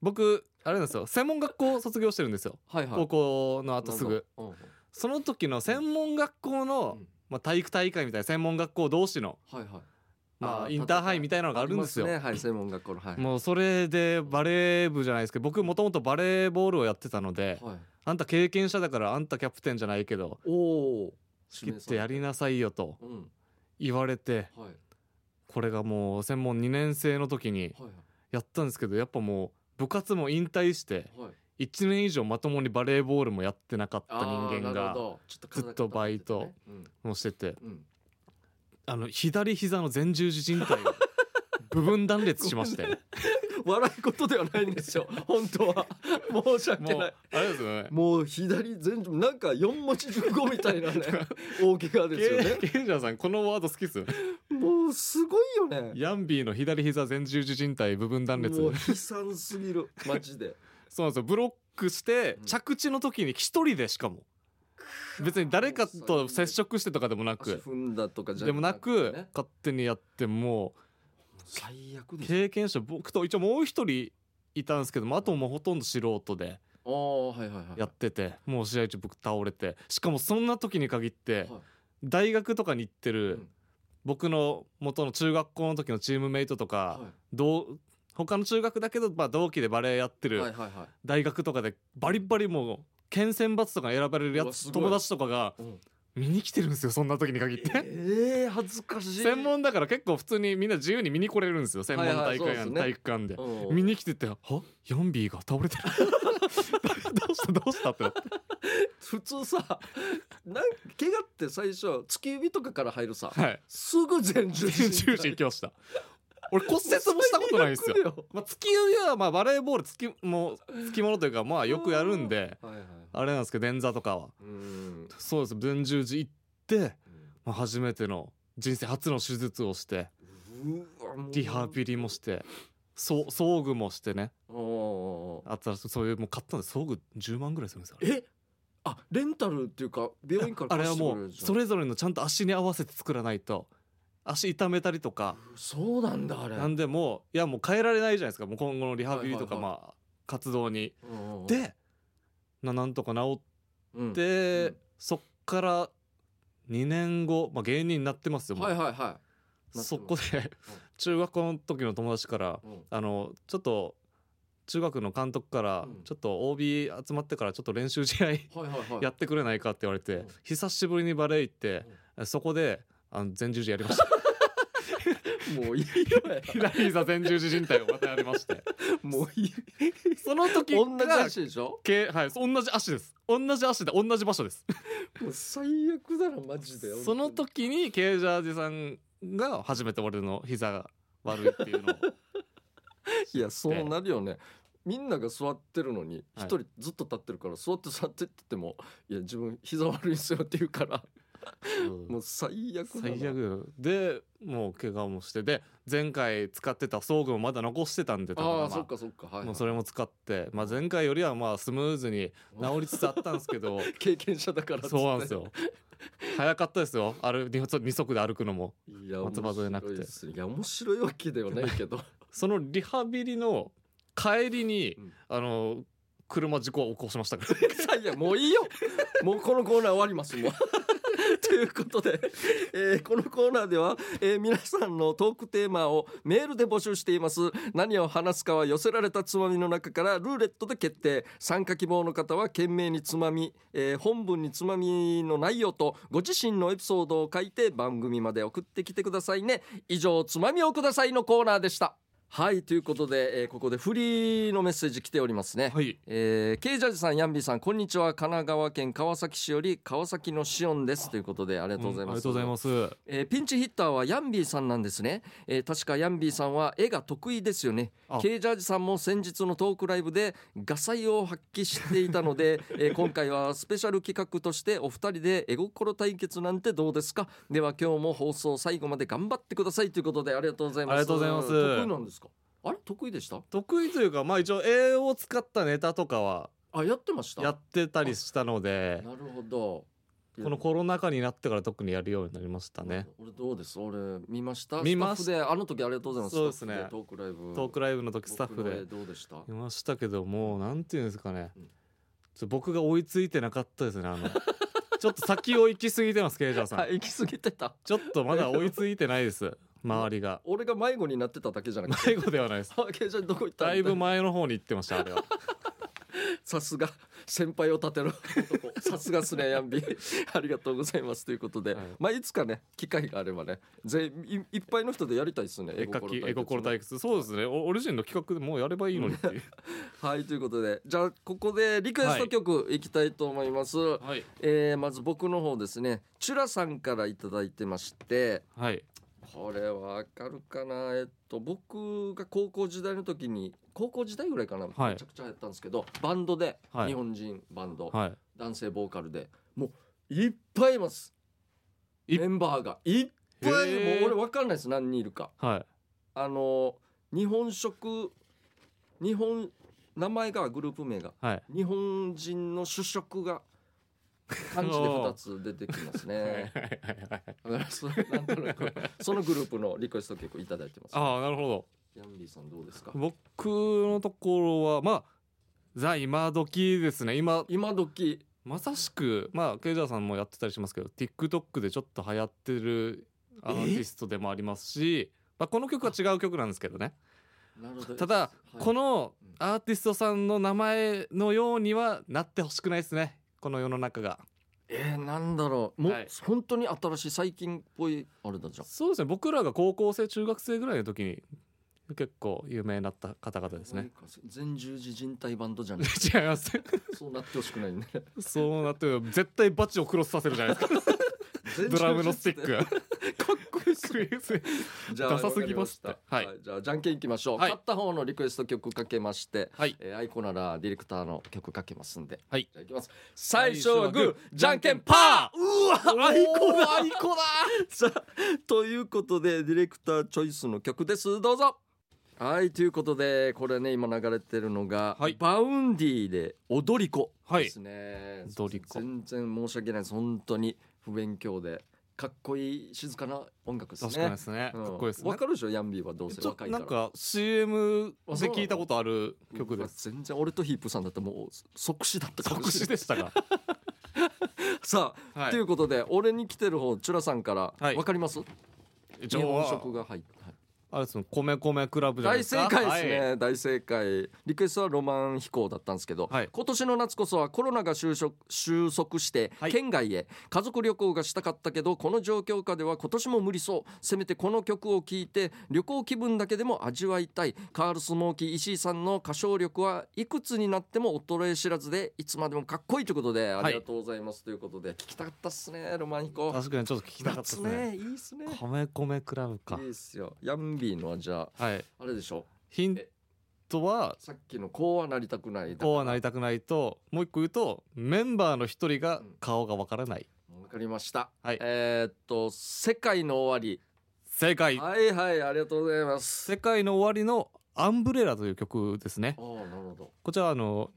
[SPEAKER 2] 僕あれなんですよ専門学校卒業してるんですよ
[SPEAKER 1] はいはい
[SPEAKER 2] 高校の後すぐ
[SPEAKER 1] なんだ、
[SPEAKER 2] その時の専門学校
[SPEAKER 1] うん
[SPEAKER 2] の
[SPEAKER 1] う、ん
[SPEAKER 2] まあ、体育大会みたいな専門学校同士の、
[SPEAKER 1] はいはい
[SPEAKER 2] ま
[SPEAKER 1] あ
[SPEAKER 2] あ、
[SPEAKER 1] ー
[SPEAKER 2] インターハイみたいなのがあるんですよ。
[SPEAKER 1] りますねはい専門学校のはい
[SPEAKER 2] もうそれでバレー部じゃないですけど僕もともとバレーボールをやってたので
[SPEAKER 1] はい、
[SPEAKER 2] あんた経験者だからあんたキャプテンじゃないけど
[SPEAKER 1] おお
[SPEAKER 2] 仕切ってやりなさいよと
[SPEAKER 1] うん
[SPEAKER 2] 言われて
[SPEAKER 1] はいはい
[SPEAKER 2] これがもう専門2年生の時に
[SPEAKER 1] は
[SPEAKER 2] やったんですけどやっぱもう部活も引退して
[SPEAKER 1] いはい
[SPEAKER 2] 1年以上まともにバレーボールもやってなかった
[SPEAKER 1] あー
[SPEAKER 2] 人間
[SPEAKER 1] なるほ
[SPEAKER 2] が
[SPEAKER 1] どちょっ肩
[SPEAKER 2] ずっとバイ
[SPEAKER 1] 肩凝
[SPEAKER 2] ト
[SPEAKER 1] っててね
[SPEAKER 2] もうしてて
[SPEAKER 1] うん うん
[SPEAKER 2] あの左膝の前十字靭 帯を部分断裂しまして
[SPEAKER 1] 笑い事ではないんですよ本当は申し訳
[SPEAKER 2] も
[SPEAKER 1] ないう
[SPEAKER 2] あれです よね
[SPEAKER 1] もう左全なんか四文字熟語みたいなね 大怪我ですよね
[SPEAKER 2] ケンジャーさんこのワード好きっすよね
[SPEAKER 1] もうすごいよね
[SPEAKER 2] ヤンビーの左膝前十字靭帯部分断裂
[SPEAKER 1] もう悲惨すぎるマジで
[SPEAKER 2] そうなんですよブロックして
[SPEAKER 1] うん
[SPEAKER 2] 着地の時に一人でしかも別に誰かと接触してとかでもな
[SPEAKER 1] 足
[SPEAKER 2] く
[SPEAKER 1] 踏んだとかじゃ
[SPEAKER 2] でもなく
[SPEAKER 1] ね
[SPEAKER 2] 勝手にやっても
[SPEAKER 1] 最悪
[SPEAKER 2] う
[SPEAKER 1] です
[SPEAKER 2] 経験者僕と一応もう一人いたんですけどもあともうほとんど素人で
[SPEAKER 1] ああはいはいはい
[SPEAKER 2] やっててもう試合中僕倒れてしかもそんな時に限って
[SPEAKER 1] はい
[SPEAKER 2] 大学とかに行って
[SPEAKER 1] う
[SPEAKER 2] る
[SPEAKER 1] ん
[SPEAKER 2] 僕の元の中学校の時のチームメイトとか
[SPEAKER 1] は
[SPEAKER 2] 同他の中学だけどまあ同期でバレーやって
[SPEAKER 1] い
[SPEAKER 2] る
[SPEAKER 1] はいはいは
[SPEAKER 2] 大学とかでバリバリもう県選抜とかに選ばれるや
[SPEAKER 1] うわすご
[SPEAKER 2] つ
[SPEAKER 1] い
[SPEAKER 2] 友達とかが
[SPEAKER 1] い、うん、
[SPEAKER 2] 見に来てるんですよそんな時 に限っ
[SPEAKER 1] え
[SPEAKER 2] て
[SPEAKER 1] え恥ずかしい
[SPEAKER 2] 専門だから結構普通にみんな自由に見に来れるんですよ専門
[SPEAKER 1] はいはい
[SPEAKER 2] 大
[SPEAKER 1] そう
[SPEAKER 2] 会
[SPEAKER 1] です
[SPEAKER 2] や
[SPEAKER 1] ね
[SPEAKER 2] 体育館で
[SPEAKER 1] うん
[SPEAKER 2] 見に来てて「はヤンビーが倒れてる どうしたどうした?」ってなって
[SPEAKER 1] 普通さなん怪我って最初突き指とかから入るさ、
[SPEAKER 2] はい
[SPEAKER 1] すぐ前十字
[SPEAKER 2] 全 重視行きました俺骨折もしたことないんですよ
[SPEAKER 1] 最悪よ
[SPEAKER 2] まあ、突き指はまあバレーボールつきもうつきものというかまあよくやるんで
[SPEAKER 1] はいはい
[SPEAKER 2] あれなんですけど捻挫とかは
[SPEAKER 1] うん
[SPEAKER 2] そうです前十字行って、まあ、初めての人生初の手術をして
[SPEAKER 1] うわもう
[SPEAKER 2] リハビリもしてそう装具もしてね
[SPEAKER 1] おーおうん
[SPEAKER 2] あったらそういうもう買ったんで総額10万ぐらいするんですよあれ
[SPEAKER 1] えあレンタルっていうか病院から
[SPEAKER 2] あれは
[SPEAKER 1] 貸して
[SPEAKER 2] も
[SPEAKER 1] くれる
[SPEAKER 2] う
[SPEAKER 1] じゃん
[SPEAKER 2] それぞれのちゃんと足に合わせて作らないと足痛めたりとか
[SPEAKER 1] そうなんだあれ
[SPEAKER 2] なんでもういやもう変えられないじゃないですかもう今後のリハビリとか
[SPEAKER 1] はいはいは
[SPEAKER 2] まあ活動に
[SPEAKER 1] うんうんうん、
[SPEAKER 2] でななんとか治
[SPEAKER 1] うん
[SPEAKER 2] って、
[SPEAKER 1] うん
[SPEAKER 2] そっから2年後、まあ、芸人になってますよ、もう
[SPEAKER 1] はいはいは
[SPEAKER 2] そこで中学校の時の友達から
[SPEAKER 1] い、うん
[SPEAKER 2] あのちょっと中学の監督から、
[SPEAKER 1] うん
[SPEAKER 2] ちょっと OB 集まってからちょっと練習試合
[SPEAKER 1] はいはいはい
[SPEAKER 2] やってくれないかって言われて、
[SPEAKER 1] うん
[SPEAKER 2] 久しぶりにバレエ行って、そこであの前十字やりました
[SPEAKER 1] もういいよ
[SPEAKER 2] 左膝前十字靭帯をまたやりまして
[SPEAKER 1] もういい
[SPEAKER 2] その時
[SPEAKER 1] 同じ
[SPEAKER 2] が
[SPEAKER 1] 話でしょ
[SPEAKER 2] けはい同じ足です同じ足で同じ場所です
[SPEAKER 1] もう最悪だなマジで
[SPEAKER 2] その時にケージャージさんが初めて俺の膝が悪いっていうのを
[SPEAKER 1] いやそうなるよねみんなが座ってるのに
[SPEAKER 2] はい
[SPEAKER 1] 一人ずっと立ってるから、座って座ってって言ってもいや自分膝悪いんすよって言うから もう最悪だな
[SPEAKER 2] 最悪でもう怪我もしてで前回使ってた装具もまだ残してたんでたまた
[SPEAKER 1] あ
[SPEAKER 2] ま
[SPEAKER 1] あそっかそっかはい、はい、
[SPEAKER 2] もうそれも使って、まあ、前回よりはまあスムーズに治りつつあったんです けど
[SPEAKER 1] 経験者だからっつって
[SPEAKER 2] そうなんですよ早かったですよ歩二足二足で歩くのも
[SPEAKER 1] いや
[SPEAKER 2] 松葉添えなくて
[SPEAKER 1] 面白いですいや面白いわけではないけど
[SPEAKER 2] そのリハビリの帰りに、
[SPEAKER 1] うん
[SPEAKER 2] あの車事故を起こしましたから
[SPEAKER 1] いやもういいよもうこのコーナー終わりますもう ということで、えーこのコーナーでは、えー皆さんのトークテーマをメールで募集しています何を話すかは寄せられたつまみの中からルーレットで決定参加希望の方は懸命につまみ、えー本文につまみの内容とご自身のエピソードを書いて番組まで送ってきてくださいね以上「つまみをください」のコーナーでしたはいということで、えーここでフリーのメッセージ来ておりますね
[SPEAKER 2] はい
[SPEAKER 1] えー、ケイジャージさんヤンビーさんこんにちは神奈川県川崎市より川崎のシオンですということでありがとうございます、
[SPEAKER 2] んありがとうございます。
[SPEAKER 1] えーピンチヒッターはヤンビーさんなんですね、えー確かヤンビーさんは絵が得意ですよね
[SPEAKER 2] あ
[SPEAKER 1] ケイジャージさんも先日のトークライブで画才を発揮していたの で、えー今回はスペシャル企画としてお二人で絵心対決なんてどうですかでは今日も放送最後まで頑張ってくださいということでありがとうございます
[SPEAKER 2] ありがとうございます
[SPEAKER 1] 得意なんですかあれ得意でした
[SPEAKER 2] 得意というかまあ一応絵を使ったネタとかは
[SPEAKER 1] あやってました
[SPEAKER 2] やってたりしたので
[SPEAKER 1] なるほど。
[SPEAKER 2] このコロナ禍になってから特にやるようになりましたね。。
[SPEAKER 1] 俺どうです。俺見ました。
[SPEAKER 2] 見まし
[SPEAKER 1] スタッフであの時ありがとうございます。
[SPEAKER 2] そうですね
[SPEAKER 1] スタッフトークライブ。
[SPEAKER 2] トークライブの時スタッフ
[SPEAKER 1] 僕の絵
[SPEAKER 2] で
[SPEAKER 1] どうでした。
[SPEAKER 2] いましたけどもなんていうんですかね
[SPEAKER 1] うん
[SPEAKER 2] ちょ僕が追いついてなかったですね あのちょっと先を行き過ぎてますケイジャーさ
[SPEAKER 1] あ
[SPEAKER 2] ん
[SPEAKER 1] 行き過ぎてた。
[SPEAKER 2] ちょっとまだ追いついてない です周りが
[SPEAKER 1] 俺が迷子になってただけじゃな くて。
[SPEAKER 2] 最後ではないです
[SPEAKER 1] あケイちゃんどこ行った
[SPEAKER 2] だいぶ前の方に行ってましたあ れは
[SPEAKER 1] さすが先輩を立てる 男さすがっすねヤンビーありがとうございますということで、
[SPEAKER 2] はい
[SPEAKER 1] まあいつかね機会があればねぜいいっぱいの人でやりたいですね
[SPEAKER 2] 絵描き絵心
[SPEAKER 1] 対
[SPEAKER 2] 対決そうですねおオリジンの企画でもうやればいいのにっていう
[SPEAKER 1] 決はいということでじゃあここでリクエスト曲いきたいと思います、
[SPEAKER 2] はい
[SPEAKER 1] えーまず僕の方ですねチュラさんから頂いただいてまして
[SPEAKER 2] はい
[SPEAKER 1] これはわかるかなえっと僕が高校時代の時に高校時代ぐらいかな、
[SPEAKER 2] はい
[SPEAKER 1] めちゃくちゃやったんですけどバンドで、
[SPEAKER 2] はい
[SPEAKER 1] 日本人バンド、
[SPEAKER 2] はい
[SPEAKER 1] 男性ボーカルでもういっぱいいます
[SPEAKER 2] い
[SPEAKER 1] メンバーがいっぱい
[SPEAKER 2] へー
[SPEAKER 1] もう俺わかんないです何人いるか
[SPEAKER 2] はい
[SPEAKER 1] あの日本食日本名前がグループ名が
[SPEAKER 2] はい
[SPEAKER 1] 日本人の主食が漢字で2つ出てきますね。 だからそれなんとなくそのグループのリクエスト結構いただいてます。
[SPEAKER 2] ああなるほど
[SPEAKER 1] ヤンビーさんどうですか。
[SPEAKER 2] 僕のところはまあザ今時ですね今
[SPEAKER 1] 今時
[SPEAKER 2] まさしくまあケイジャーさんもやってたりしますけど TikTok でちょっと流行ってるアーティストでもありますし、まあ、この曲は違う曲なんですけどね
[SPEAKER 1] なるほど
[SPEAKER 2] ただ、こ
[SPEAKER 1] の
[SPEAKER 2] のアーティストさんの名前のようにはなってほしくないですねこの世の中が
[SPEAKER 1] えー、なんだろうもう、
[SPEAKER 2] はい
[SPEAKER 1] 本当に新しい最近っぽいあれだじゃん。
[SPEAKER 2] そうですね僕らが高校生中学生ぐらいの時に結構有名になった方々ですね
[SPEAKER 1] 全十字人体バンドじゃない。
[SPEAKER 2] 違います
[SPEAKER 1] そうなってほしくないね。
[SPEAKER 2] そうなってる絶対バチをクロスさせるじゃないで すか ドラムのスティックが
[SPEAKER 1] かっこいいっすね。じゃあ
[SPEAKER 2] ダサすぎますって
[SPEAKER 1] わかりましたじ
[SPEAKER 2] は
[SPEAKER 1] ゃあじゃんけんいきましょう。
[SPEAKER 2] はい
[SPEAKER 1] 勝った方のリクエスト曲かけまして。
[SPEAKER 2] はい
[SPEAKER 1] えー、アイコならディレクターの曲かけますんで。
[SPEAKER 2] はい
[SPEAKER 1] じゃあいきます。最
[SPEAKER 2] 最
[SPEAKER 1] 初
[SPEAKER 2] 初
[SPEAKER 1] は
[SPEAKER 2] は
[SPEAKER 1] グ
[SPEAKER 2] グ
[SPEAKER 1] ー
[SPEAKER 2] ー、
[SPEAKER 1] じ
[SPEAKER 2] じ
[SPEAKER 1] ゃ
[SPEAKER 2] ゃ
[SPEAKER 1] ん
[SPEAKER 2] ん
[SPEAKER 1] け
[SPEAKER 2] け
[SPEAKER 1] ん
[SPEAKER 2] ん
[SPEAKER 1] パ
[SPEAKER 2] パ
[SPEAKER 1] ーうわアイコだアイコださあ、ということでディレクターチョイスの曲です。どうぞはいということでこれね今流れてるのが、
[SPEAKER 2] はい
[SPEAKER 1] バウンディで踊り子
[SPEAKER 2] はい
[SPEAKER 1] ですね、
[SPEAKER 2] 踊り子
[SPEAKER 1] 全然申し訳ないです本当に不勉強でかっこいい静かな音楽ですね
[SPEAKER 2] 確かにですね。
[SPEAKER 1] うん
[SPEAKER 2] かっこいいです
[SPEAKER 1] わ
[SPEAKER 2] ね。
[SPEAKER 1] かるでしょヤンビーはどうせ
[SPEAKER 2] ちょっと
[SPEAKER 1] 若いか
[SPEAKER 2] な
[SPEAKER 1] ら
[SPEAKER 2] んか CM で聞いたことある曲です。
[SPEAKER 1] うわ全然俺とヒープさんだってもう即死だったかも
[SPEAKER 2] 作
[SPEAKER 1] しれ
[SPEAKER 2] 詞
[SPEAKER 1] ない
[SPEAKER 2] でした か。
[SPEAKER 1] さあ、
[SPEAKER 2] は
[SPEAKER 1] ということで俺に来てる方チュラさんから、
[SPEAKER 2] はい
[SPEAKER 1] わかります
[SPEAKER 2] い。
[SPEAKER 1] 日
[SPEAKER 2] じゃ
[SPEAKER 1] 本
[SPEAKER 2] あ
[SPEAKER 1] 食が入った
[SPEAKER 2] あれですね。米米クラブじゃない
[SPEAKER 1] 大
[SPEAKER 2] です
[SPEAKER 1] 正
[SPEAKER 2] か。
[SPEAKER 1] 解ですね、
[SPEAKER 2] はい。
[SPEAKER 1] 大正解リクエストはロマン飛行だったんですけど、
[SPEAKER 2] はい
[SPEAKER 1] 今年の夏こそはコロナが収束収束して
[SPEAKER 2] はい
[SPEAKER 1] 県外へ家族旅行がしたかったけどこの状況下では今年も無理そうせめてこの曲を聴いて旅行気分だけでも味わいたいカール・スモーキー石井さんの歌唱力はいくつになっても衰え知らずでいつまでもかっこいいということでありがとうございます、ということで聞きたかったっすねロマン飛行
[SPEAKER 2] 確かにちょっと聞きたかったです
[SPEAKER 1] 夏
[SPEAKER 2] ね。
[SPEAKER 1] いいっすね
[SPEAKER 2] 米米クラブか
[SPEAKER 1] いい。っすよヤンビーのはじゃあ
[SPEAKER 2] はい。
[SPEAKER 1] あれでしょ
[SPEAKER 2] ヒントは
[SPEAKER 1] さっきのこうはなりたくないだから
[SPEAKER 2] こうはなりたくないともう一個言うとメンバーの一人が顔がわからない。
[SPEAKER 1] わかりました。
[SPEAKER 2] はい
[SPEAKER 1] えーっと、世界の終
[SPEAKER 2] 正
[SPEAKER 1] わり。
[SPEAKER 2] 解。
[SPEAKER 1] はいはい、ありがとうございます。
[SPEAKER 2] 世界の終わりのアンブレラという曲ですね。
[SPEAKER 1] おーなるほど。
[SPEAKER 2] こちらはあの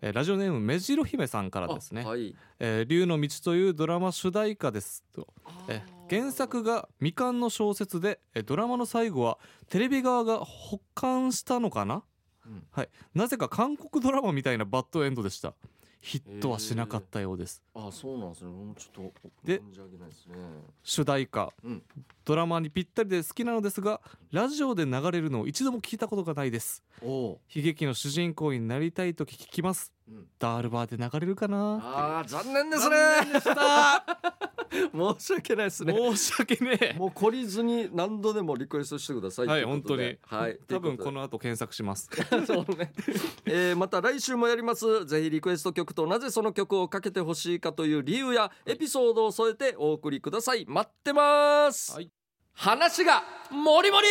[SPEAKER 2] えーラジオネーム目白姫さんから
[SPEAKER 1] あ
[SPEAKER 2] ですね。
[SPEAKER 1] はい。
[SPEAKER 2] えー竜の道というドラマ主題歌ですとえー原作が未完の小説でえードラマの最後はテレビ側が保管したのかな、
[SPEAKER 1] うん
[SPEAKER 2] はい、なぜか韓国ドラマみたいなバッドエンドでしたヒットはしなかったようです、
[SPEAKER 1] あ、そうなんですね。もうちょっと。
[SPEAKER 2] で
[SPEAKER 1] 存じ上げないですね。
[SPEAKER 2] 主題歌、
[SPEAKER 1] うん
[SPEAKER 2] ドラマにぴったりで好きなのですがラジオで流れるのを一度も聞いたことがないです
[SPEAKER 1] おお
[SPEAKER 2] 悲劇の主人公になりたいと聞きます
[SPEAKER 1] ー。うん、
[SPEAKER 2] ダールバーで流れるかな
[SPEAKER 1] あー残念です
[SPEAKER 2] 残
[SPEAKER 1] ね
[SPEAKER 2] 念でした
[SPEAKER 1] 申し訳ないですね
[SPEAKER 2] 申し訳ねえ
[SPEAKER 1] もう懲りずに何度でもリクエストしてください
[SPEAKER 2] はい
[SPEAKER 1] とうことではい
[SPEAKER 2] 多分こ
[SPEAKER 1] の
[SPEAKER 2] の後検索し ます。
[SPEAKER 1] そうね、えーまた来週もやりますぜひリクエスト曲となぜその曲をかけてほしいかという理由やエピソードを添えてお送りください待ってます、
[SPEAKER 2] はい
[SPEAKER 1] 話がもりもり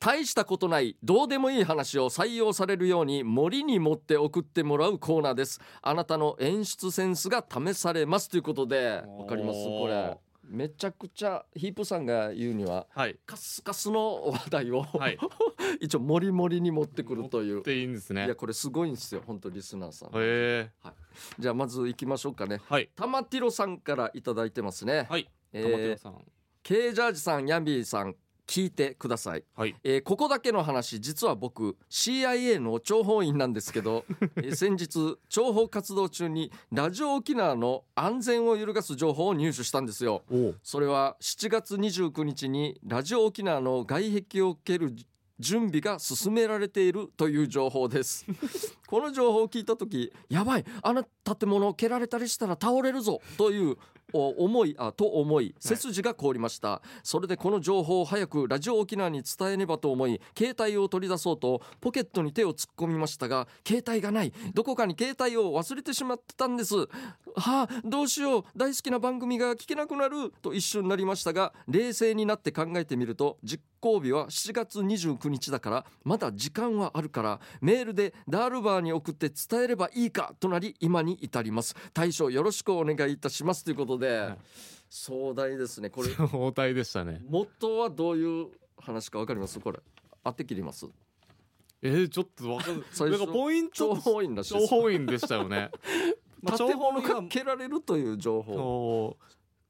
[SPEAKER 1] 大したことないどうでもいい話を採用されるように森に持って送ってもらうコーナーですあなたの演出センスが試されますということでわかります
[SPEAKER 2] おー
[SPEAKER 1] これめちゃくちゃヒープさんが言うには
[SPEAKER 2] はい。
[SPEAKER 1] カスカスの話題を、
[SPEAKER 2] はい。
[SPEAKER 1] 一応モリモリに持ってくるという。
[SPEAKER 2] でいいんですね。
[SPEAKER 1] いや
[SPEAKER 2] へ
[SPEAKER 1] これすごいんですよ本当リスナーさん。
[SPEAKER 2] え。
[SPEAKER 1] じゃあまず行きましょうかね。
[SPEAKER 2] はい。
[SPEAKER 1] タマティロさんからいただいてますね。
[SPEAKER 2] はい。
[SPEAKER 1] え
[SPEAKER 2] 玉手
[SPEAKER 1] ー、
[SPEAKER 2] さん。
[SPEAKER 1] ケージャージさんヤンビーさん聞いてください。
[SPEAKER 2] はい。
[SPEAKER 1] えーここだけの話実は僕 CIA の諜報員なんですけ ど、えー先日諜報活動中にラジオ沖縄の安全を揺るがす情報を入手したんですよ。
[SPEAKER 2] おう。
[SPEAKER 1] それは7月29日にラジオ沖縄の外壁を蹴る準備が進められているという情報ですこの情報を聞いた時やばいあの建物を蹴られたりしたら倒れるぞというお思いあと思い背筋が凍りました、それでこの情報を早くラジオ沖縄に伝えねばと思い携帯を取り出そうとポケットに手を突っ込みましたが携帯がないどこかに携帯を忘れてしまってたんですはあどうしよう大好きな番組が聞けなくなると一瞬なりましたが冷静になって考えてみると実行日は7月29日だからまだ時間はあるからメールでダールバーに送って伝えればいいかとなり今に至ります大将よろしくお願いいたしますということで、
[SPEAKER 2] はい
[SPEAKER 1] 壮大ですねこれ
[SPEAKER 2] 応対でしたね。
[SPEAKER 1] 元はどういう話かわかりますこれ当て切ります
[SPEAKER 2] えー、ちょっとわかん
[SPEAKER 1] 最初
[SPEAKER 2] ない。なんかポイン
[SPEAKER 1] 情
[SPEAKER 2] ト。
[SPEAKER 1] 報員らしい
[SPEAKER 2] 情
[SPEAKER 1] です
[SPEAKER 2] 報員でした よね。
[SPEAKER 1] 建物
[SPEAKER 2] 情
[SPEAKER 1] が
[SPEAKER 2] 員が
[SPEAKER 1] 蹴られるという情報
[SPEAKER 2] お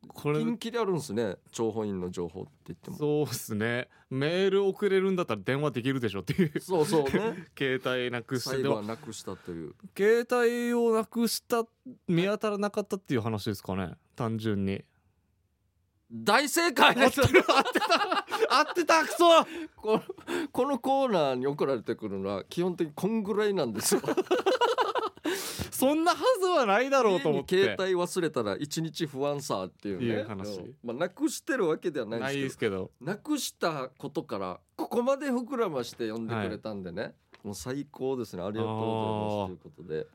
[SPEAKER 2] うこれ
[SPEAKER 1] ピ。ンキリあるんですね情報員の情報って言っても
[SPEAKER 2] そうですね。メール送れるんだったら電話できるでしょっていう。
[SPEAKER 1] そうそうね。
[SPEAKER 2] 携帯なくして
[SPEAKER 1] 裁
[SPEAKER 2] でも
[SPEAKER 1] 判なくしたという。
[SPEAKER 2] 携帯をなくした見当たらなかったっていう話ですかね単純に
[SPEAKER 1] 大正解です。
[SPEAKER 2] 合ってたくそ
[SPEAKER 1] このこのコーナーに送られてくるのは基本的にこんぐらいなん ですよ。
[SPEAKER 2] そんなはずはないだろうと思って
[SPEAKER 1] 家に携帯忘れたら一日不安さっていうね。
[SPEAKER 2] いう話
[SPEAKER 1] うんまあなくしてるわけではない
[SPEAKER 2] ない
[SPEAKER 1] ん
[SPEAKER 2] で
[SPEAKER 1] ですすけ
[SPEAKER 2] けど
[SPEAKER 1] ど、なくしたことからここまで膨らまして呼んでくれたんでね。もう最高ですね。ありがとうございますということで。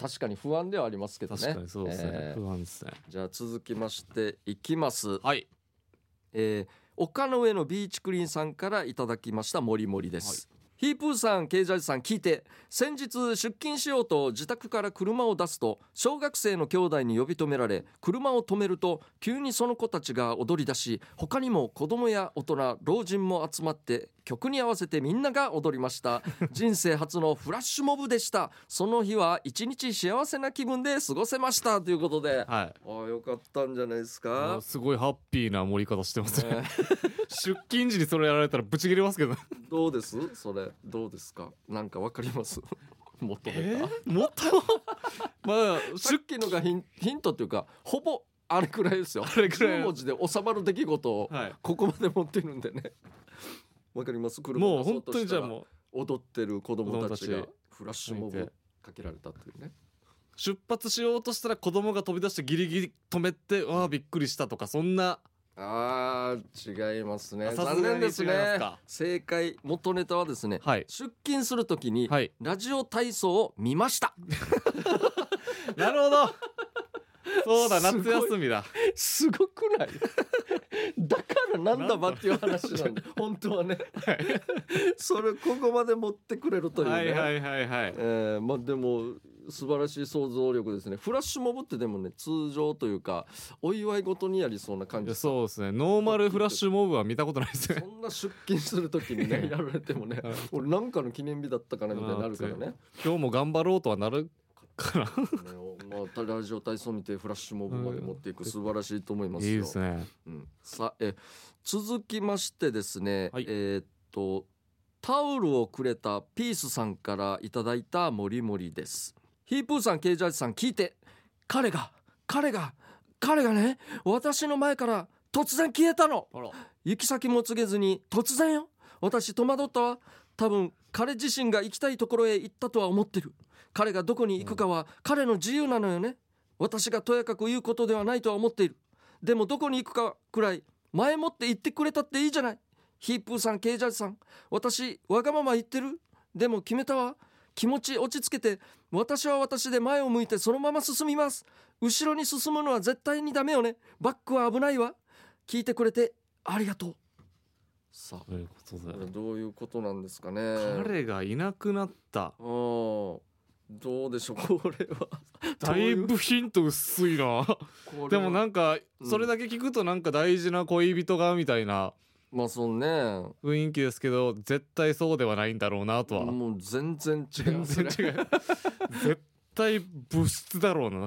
[SPEAKER 1] 確かに不安ではありますけどね。
[SPEAKER 2] 確かにそうですね、
[SPEAKER 1] えー
[SPEAKER 2] 不安ですね
[SPEAKER 1] じゃあ続きましていきます。
[SPEAKER 2] はい
[SPEAKER 1] えー丘の上のビーチクリーンさんからいただきましたもりもりです、ヒープーさんケイジャージさん聞いて先日出勤しようと自宅から車を出すと小学生の兄弟に呼び止められ車を止めると急にその子たちが踊り出し他にも子供や大人老人も集まって曲に合わせてみんなが踊りました 人生初のフラッシュモブでしたその日は一日幸せな気分で過ごせましたということであ
[SPEAKER 2] はい
[SPEAKER 1] あよかったんじゃないです
[SPEAKER 2] あ
[SPEAKER 1] か
[SPEAKER 2] ー。すごいハッピーな盛り方してますね
[SPEAKER 1] ね
[SPEAKER 2] 出勤時にそれやられたらブチ切れますけど
[SPEAKER 1] どうですそれどうですかなんかわかります 求めた、
[SPEAKER 2] もっと まあ
[SPEAKER 1] さっきのがヒンヒントっていうかほぼあれくらいですよ
[SPEAKER 2] あれくらい
[SPEAKER 1] 10文字で収まる出来事を
[SPEAKER 2] はい
[SPEAKER 1] ここまで持ってるんでねわかります車
[SPEAKER 2] も
[SPEAKER 1] を
[SPEAKER 2] う
[SPEAKER 1] 出そ
[SPEAKER 2] 本当にじゃあ
[SPEAKER 1] うと
[SPEAKER 2] も
[SPEAKER 1] した
[SPEAKER 2] う
[SPEAKER 1] ら踊ってる子供たち
[SPEAKER 2] 子供
[SPEAKER 1] が
[SPEAKER 2] たち
[SPEAKER 1] フラッシュモブかけられたっていうね
[SPEAKER 2] 出発しようとしたら子供が飛び出してギリギリ止めてわあびっくりしたとかそんな
[SPEAKER 1] あー違いますね
[SPEAKER 2] あさす
[SPEAKER 1] 残
[SPEAKER 2] が
[SPEAKER 1] 念
[SPEAKER 2] に
[SPEAKER 1] です
[SPEAKER 2] 違います
[SPEAKER 1] ね
[SPEAKER 2] か
[SPEAKER 1] 正解元ネタはですね
[SPEAKER 2] はい
[SPEAKER 1] 出勤するときに
[SPEAKER 2] はい
[SPEAKER 1] ラジオ体操を見ました
[SPEAKER 2] なるほどそうだ
[SPEAKER 1] すごい
[SPEAKER 2] 夏休みだ
[SPEAKER 1] すごくない だからなんだばっていう話なんで本当はね
[SPEAKER 2] はい
[SPEAKER 1] それここまで持ってくれるというね、
[SPEAKER 2] はいはいはいはい
[SPEAKER 1] えーまあでも素晴らしい想像力ですねフラッシュモブってでもね通常というかお祝いごとにやりそうな感
[SPEAKER 2] い
[SPEAKER 1] じ
[SPEAKER 2] や
[SPEAKER 1] そ
[SPEAKER 2] そうですねノーマルフラッシュモブは見たことないですね
[SPEAKER 1] んな出勤する時に
[SPEAKER 2] いや
[SPEAKER 1] ね
[SPEAKER 2] い
[SPEAKER 1] や
[SPEAKER 2] や
[SPEAKER 1] られてもね
[SPEAKER 2] はい
[SPEAKER 1] 俺なんかの記念日だったかなみたいになる からね
[SPEAKER 2] 今日も頑張ろうとはなるかな
[SPEAKER 1] ねまあラジオ体操見てフラッシュモブまで持っていく素晴らしいと思います
[SPEAKER 2] い
[SPEAKER 1] よ
[SPEAKER 2] いですね
[SPEAKER 1] うん、さえ続きましてですね、
[SPEAKER 2] はい
[SPEAKER 1] えーっとタオルをくれたピースさんからいただいたもりもりですヒープーさんケイジャージさん聞いて彼が彼が彼がね私の前から突然消えたの
[SPEAKER 2] あら
[SPEAKER 1] 行き先も告げずに突然よ私戸惑ったわ多分彼自身が行きたいところへ行ったとは思ってる彼がどこに行くかは彼の自由なのよね私がとやかく言うことではないとは思っているでもどこに行くかくらい前もって言ってくれたっていいじゃないヒープーさんケイジャージさん私わがまま言ってるでも決めたわ気持ち落ち着けて私は私で前を向いてそのまま進みます後ろに進むのは絶対にダメよねバックは危ないわ聞いてくれてありがとうさあ
[SPEAKER 2] ということ
[SPEAKER 1] これ
[SPEAKER 2] で
[SPEAKER 1] どういうことなんですかね
[SPEAKER 2] 彼がいなくなった
[SPEAKER 1] あーどうでしょう これは
[SPEAKER 2] だいぶヒント薄いなでも
[SPEAKER 1] ん
[SPEAKER 2] なんか
[SPEAKER 1] うん
[SPEAKER 2] それだけ聞くとなんか大事な恋人がみたいな
[SPEAKER 1] まあそうね
[SPEAKER 2] 雰囲気ですけど絶対そうではないんだろうなとは
[SPEAKER 1] もう全然違う
[SPEAKER 2] 全然違う絶対物質だろうな
[SPEAKER 1] な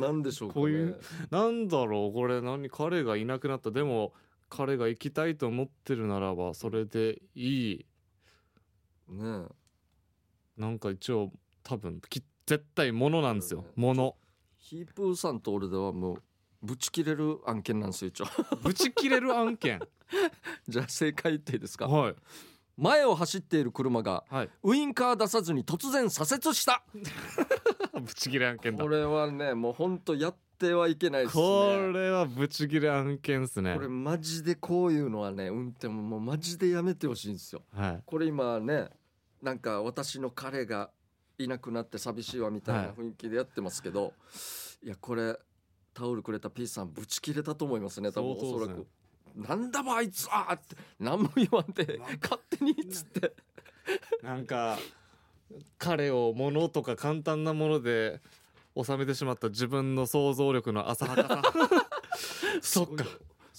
[SPEAKER 1] なんでしょうか、ね、
[SPEAKER 2] こういうなんだろうこれ何彼がいなくなったでも彼が行きたいと思ってるならばそれでいい
[SPEAKER 1] ねえ
[SPEAKER 2] なんか一応多分き絶対ものなんですよ
[SPEAKER 1] そうだ
[SPEAKER 2] もの
[SPEAKER 1] ヒープーさんと俺ではもうぶち切れる案件なんですよ一応
[SPEAKER 2] ぶち切れる案 件
[SPEAKER 1] じゃあ正解言っていいですか
[SPEAKER 2] はい
[SPEAKER 1] 前を走っている車が
[SPEAKER 2] はい
[SPEAKER 1] ウインカー出さずに突然左折した
[SPEAKER 2] ぶち切れ案件だ
[SPEAKER 1] こ
[SPEAKER 2] こ
[SPEAKER 1] れはねもうほんとやってはいけないですね
[SPEAKER 2] れはぶち切れ案件ですね
[SPEAKER 1] これマジでこういうのはね運転ももうマジでやめてほしいんですよ
[SPEAKER 2] はい
[SPEAKER 1] これ今ねなんか私の彼がいなくなって寂しいわみたいな
[SPEAKER 2] はい
[SPEAKER 1] 雰囲気でやってますけど、い、やこれタオルくれた P さんぶち切れたと思いますね多分お
[SPEAKER 2] 相
[SPEAKER 1] そ
[SPEAKER 2] 当です
[SPEAKER 1] ら
[SPEAKER 2] ね
[SPEAKER 1] く、なんだばあいつはって何も言わんで勝手にっつって
[SPEAKER 2] なんか彼を物とか簡単なもので収めてしまった自分の想像力の浅はかさ そっか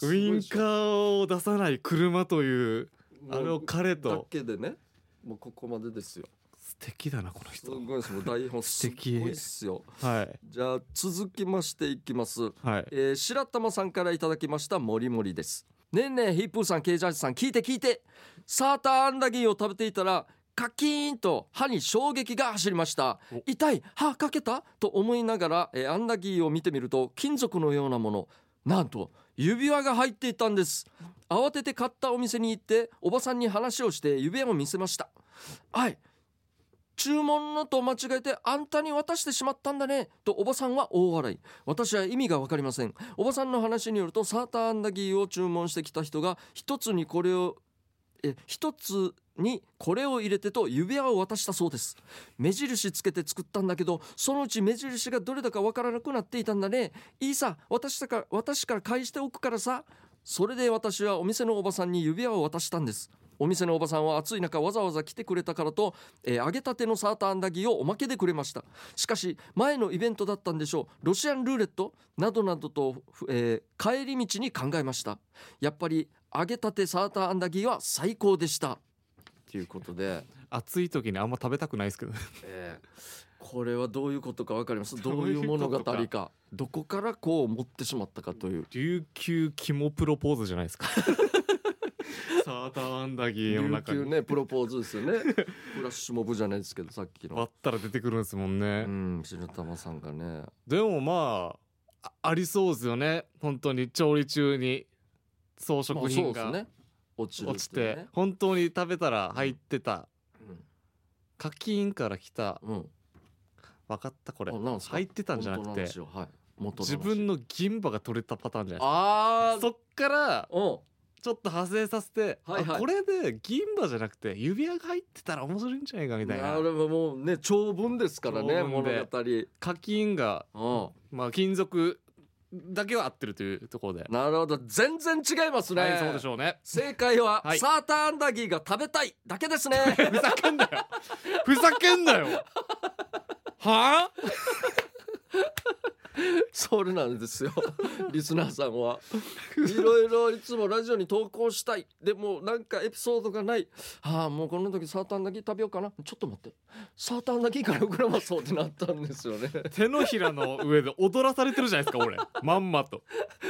[SPEAKER 2] ウィンカ
[SPEAKER 1] ー
[SPEAKER 2] ーを出さない車というあれを彼
[SPEAKER 1] だ
[SPEAKER 2] と
[SPEAKER 1] けでねもうここまでですよ
[SPEAKER 2] 素敵だなこの
[SPEAKER 1] す
[SPEAKER 2] 人
[SPEAKER 1] ごいですもう台本す
[SPEAKER 2] 素
[SPEAKER 1] っご
[SPEAKER 2] 敵
[SPEAKER 1] いっすよ
[SPEAKER 2] はい
[SPEAKER 1] じゃあ続きましていきます
[SPEAKER 2] はい
[SPEAKER 1] えー白玉さんからいただきましたもりもりですねえねえヒップーさんケイジャージさん聞いて聞いてサーターアンダギーを食べていたらカキーンと歯に衝撃が走りました
[SPEAKER 2] お
[SPEAKER 1] 痛い歯かけたと思いながら、えーアンダギーを見てみると金属のようなものなんと指輪が入っていたんです慌てて買ったお店に行っておばさんに話をして指輪を見せましたはい注文のと間違えてあんたに渡してしまったんだねとおばさんは大笑い私は意味が分かりませんおばさんの話によるとサーターアンダギーを注文してきた人が一つにこれをえ一つにこれを入れてと指輪を渡したそうです目印つけて作ったんだけどそのうち目印がどれだか分からなくなっていたんだねいいさ私だから私から返しておくからさそれで私はお店のおばさんに指輪を渡したんですお店のおばさんは暑い中わざわざ来てくれたからと、えー揚げたてのサーターアンダギーをおまけでくれましたしかし前のイベントだったんでしょうロシアンルーレットなどなどと、えー帰り道に考えましたやっぱり揚げたてサーターアンダギーは最高でしたということで、
[SPEAKER 2] 暑い時にあんま食べたくないですけど
[SPEAKER 1] えーこれはどういうことかわかりますどういう物語
[SPEAKER 2] どういう
[SPEAKER 1] かどこからこう持ってしまったかという
[SPEAKER 2] 琉球肝プロポーズじゃな いですかサーターアンダギーの
[SPEAKER 1] 琉
[SPEAKER 2] 中に
[SPEAKER 1] 球ねプロポーズですよね フラッシュモブじゃないですけどさっきの
[SPEAKER 2] 割ったら出てくるんですもんね、
[SPEAKER 1] うん、白玉さんがね。
[SPEAKER 2] でもまああありそうですよね本当に調理中に装飾品
[SPEAKER 1] まあそう
[SPEAKER 2] が
[SPEAKER 1] ですね。落ちる
[SPEAKER 2] 落
[SPEAKER 1] っ
[SPEAKER 2] ち
[SPEAKER 1] ていう
[SPEAKER 2] て
[SPEAKER 1] ね。
[SPEAKER 2] 本当に食べたら入ってた課金から来た
[SPEAKER 1] うん。うん
[SPEAKER 2] 分かったこれ
[SPEAKER 1] あなんすか
[SPEAKER 2] 入ってたんじゃなく
[SPEAKER 1] 本当
[SPEAKER 2] て
[SPEAKER 1] の話をはい。元
[SPEAKER 2] 自分
[SPEAKER 1] の話。
[SPEAKER 2] の銀歯が取れたパターンじゃない
[SPEAKER 1] ああ。
[SPEAKER 2] ですかそっから
[SPEAKER 1] うん。
[SPEAKER 2] ちょっと派生させて、
[SPEAKER 1] はいはい
[SPEAKER 2] あこれで銀歯じゃなくて指輪が入ってたら面白いんじゃないかみたい
[SPEAKER 1] な
[SPEAKER 2] な
[SPEAKER 1] るほどもうね長文ですからね
[SPEAKER 2] 長
[SPEAKER 1] 物
[SPEAKER 2] 文
[SPEAKER 1] 語。
[SPEAKER 2] で
[SPEAKER 1] う
[SPEAKER 2] 課金が、まあ、金属だけは合ってるというところで、
[SPEAKER 1] ん。なるほど全然違いますね。
[SPEAKER 2] はいそうでしょうね
[SPEAKER 1] 正解は、
[SPEAKER 2] はい
[SPEAKER 1] サーターアンダギーが食べたいだけですね。
[SPEAKER 2] ふざけんなよふざけんなよはあ
[SPEAKER 1] それなんですよ リスナーさんは いろいろいつもラジオに投稿したいでもなんかエピソードがないああもうこの時サーターアンダギー食べようかなちょっと待ってサーターアンダギーから膨らまそうってなったんですよね
[SPEAKER 2] 手のひらの上で踊らされてるじゃないですか俺まんまと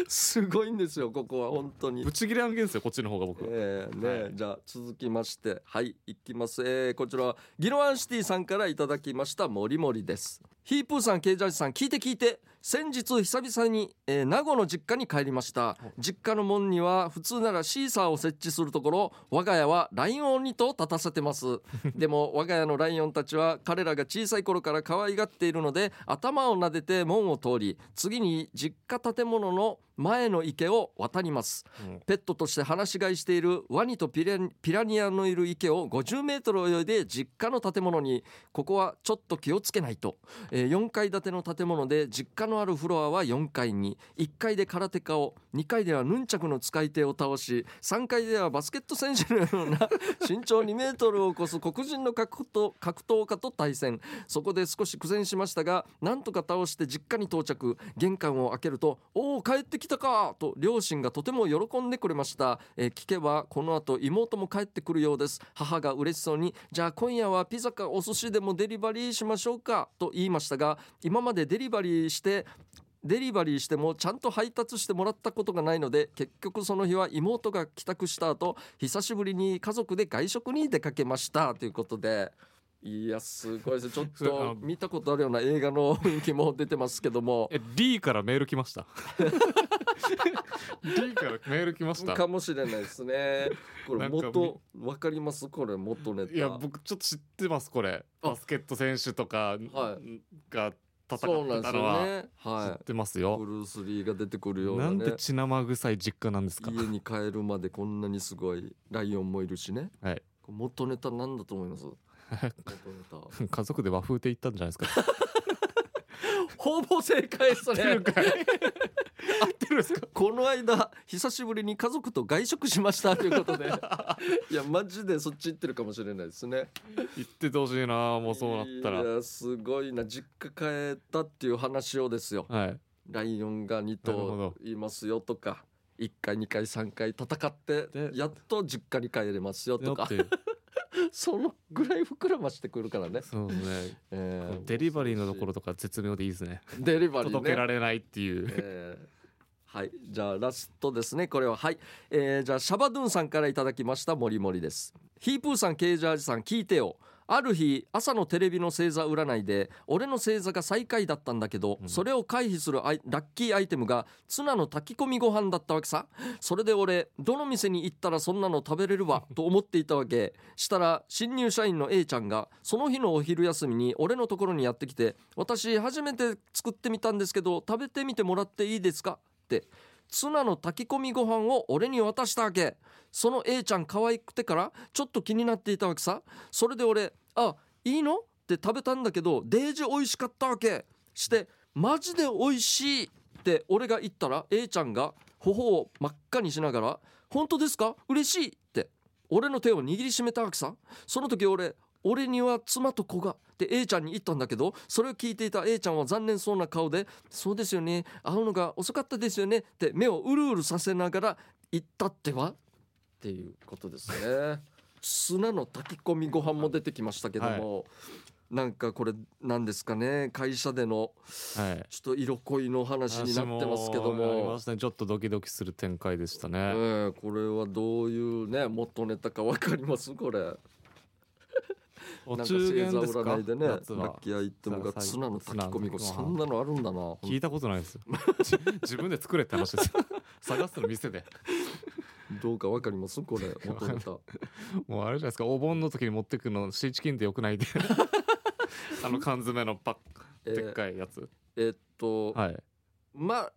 [SPEAKER 1] すごいんですよここは本当に
[SPEAKER 2] ぶち切れ案件ですよこっちの方が僕、
[SPEAKER 1] えーね
[SPEAKER 2] はい
[SPEAKER 1] じゃあ続きましてはいいきます、えーこちらはギロアンシティさんからいただきましたもりもりですヒープーさんケイジャージさん聞いて聞いて先日久々に、えー名護の実家に帰りました実家の門には普通ならシーサーを設置するところ我が家はライオンにと立たせてます でも我が家のライオンたちは彼らが小さい頃から可愛がっているので頭を撫でて門を通り次に実家建物の前の池を渡ります
[SPEAKER 2] うん
[SPEAKER 1] ペットとして放し飼いしているワニとピレピラニアのいる池を50メートル泳いで実家の建物にここはちょっと気をつけないと、えー4階建ての建物で実家のあるフロアは4階に1階で空手家を2階ではヌンチャクの使い手を倒し3階ではバスケット選手のような身長2メートルを超す黒人の格闘格闘家と対戦そこで少し苦戦しましたがなんとか倒して実家に到着玄関を開けると「おお帰ってきたか!」と両親がとても喜んでくれました、えー聞けばこの後妹も帰ってくるようです母が嬉しそうに「じゃあ今夜はピザかお寿司でもデリバリーしましょうか」と言いましたが今までデリバリーしてデリバリーしてもちゃんと配達してもらったことがないので結局その日は妹が帰宅した後久しぶりに家族で外食に出かけましたということでいやすごいですねちょっ
[SPEAKER 2] それあ
[SPEAKER 1] と
[SPEAKER 2] の
[SPEAKER 1] 見たことあるような映画の雰囲気も出てますけども
[SPEAKER 2] え D からメール来ました D からメール来まし た
[SPEAKER 1] かもしれないですねこれ
[SPEAKER 2] なん
[SPEAKER 1] 元
[SPEAKER 2] か
[SPEAKER 1] わかりますこれ元ネタ
[SPEAKER 2] いや僕ちょっと知ってますこれ
[SPEAKER 1] あ
[SPEAKER 2] バスケット選手とか
[SPEAKER 1] は
[SPEAKER 2] が戦って
[SPEAKER 1] そうなんで
[SPEAKER 2] た
[SPEAKER 1] す
[SPEAKER 2] の
[SPEAKER 1] よ
[SPEAKER 2] は
[SPEAKER 1] ね
[SPEAKER 2] 知
[SPEAKER 1] は
[SPEAKER 2] ってます
[SPEAKER 1] いブ
[SPEAKER 2] よ
[SPEAKER 1] ルース・リーが出てくるよう
[SPEAKER 2] な
[SPEAKER 1] なん
[SPEAKER 2] で
[SPEAKER 1] ね
[SPEAKER 2] 血生臭い実家なんですか
[SPEAKER 1] 家に帰るまでこんなにすごいライオンもいるしね
[SPEAKER 2] はい
[SPEAKER 1] これ元ネタなんだと思います元ネタ
[SPEAKER 2] 家族で和風で行ったんじゃないですか。
[SPEAKER 1] ほぼ正解ですね。
[SPEAKER 2] 合ってるんですか。
[SPEAKER 1] この間久しぶりに家族と外食しましたということ でいやマジでそっち行ってるかもしれないですね
[SPEAKER 2] 行っててほしいな、もうそうなったら。
[SPEAKER 1] い
[SPEAKER 2] は
[SPEAKER 1] やすごいな実家帰ったっていう話をですよ
[SPEAKER 2] い。
[SPEAKER 1] ライオンが2
[SPEAKER 2] なるほ
[SPEAKER 1] 頭
[SPEAKER 2] ど
[SPEAKER 1] いますよとか1回2回3回戦って
[SPEAKER 2] で
[SPEAKER 1] やっと実家に帰れますよと
[SPEAKER 2] だ
[SPEAKER 1] か
[SPEAKER 2] って、
[SPEAKER 1] そのぐらい膨らましてくるからね、
[SPEAKER 2] そ うですね。
[SPEAKER 1] えー
[SPEAKER 2] デリバリーのところとか絶妙でいいですね。
[SPEAKER 1] デリバリー、ね、
[SPEAKER 2] 届けられないっていう。
[SPEAKER 1] えーはいじゃあラストですねこれははい、えーじゃあシャバドゥンさんからいただきましたもりもりですヒープーさんケージャージさん聞いてよある日朝のテレビの星座占いで俺の星座が最下位だったんだけど、
[SPEAKER 2] うん
[SPEAKER 1] それを回避するアイラッキーアイテムがツナの炊き込みご飯だったわけさそれで俺どの店に行ったらそんなの食べれるわと思っていたわけしたら新入社員の A ちゃんがその日のお昼休みに俺のところにやってきて「私初めて作ってみたんですけど食べてみてもらっていいですか?」ってツナの炊き込みご飯を俺に渡したわけその A ちゃん可愛くてからちょっと気になっていたわけさそれで俺「あいいの?」って食べたんだけどデージ美味しかったわけして「マジで美味しい!」って俺が言ったら A ちゃんが頬を真っ赤にしながら「本当ですか嬉しい!」って教俺の手を握りしめたわけさその時俺俺には妻と子がって A ちゃんに言ったんだけどそれを聞いていた A ちゃんは残念そうな顔で「そうですよね会うのが遅かったですよね」って目をうるうるさせながら言ったってはっていうことですね砂の炊き込みご飯も出てきましたけども、なんかこれなんですかね会社での
[SPEAKER 2] はい
[SPEAKER 1] ちょっと色恋の話になってますけど
[SPEAKER 2] あり
[SPEAKER 1] も
[SPEAKER 2] ま。すねちょっとドキドキする展開でしたね、
[SPEAKER 1] ええこれはどういうね元ネタかわかりますこれ
[SPEAKER 2] お
[SPEAKER 1] なんか
[SPEAKER 2] 中元ですか
[SPEAKER 1] 占いでねラ
[SPEAKER 2] 夏は
[SPEAKER 1] ッキーアイテムがツナの炊き込みご
[SPEAKER 2] ツナ
[SPEAKER 1] そ
[SPEAKER 2] の
[SPEAKER 1] んなのあるんだな
[SPEAKER 2] 聞いたことないですよじ自分で作れって話ですよ探すの店で
[SPEAKER 1] どうかわかります これ元ネタ
[SPEAKER 2] もうあれじゃないですかお盆の時に持ってくのシーチキンってよくないであの缶詰のパッ
[SPEAKER 1] え
[SPEAKER 2] でっ
[SPEAKER 1] ー
[SPEAKER 2] かいやつ、
[SPEAKER 1] えーっと、
[SPEAKER 2] はい
[SPEAKER 1] ま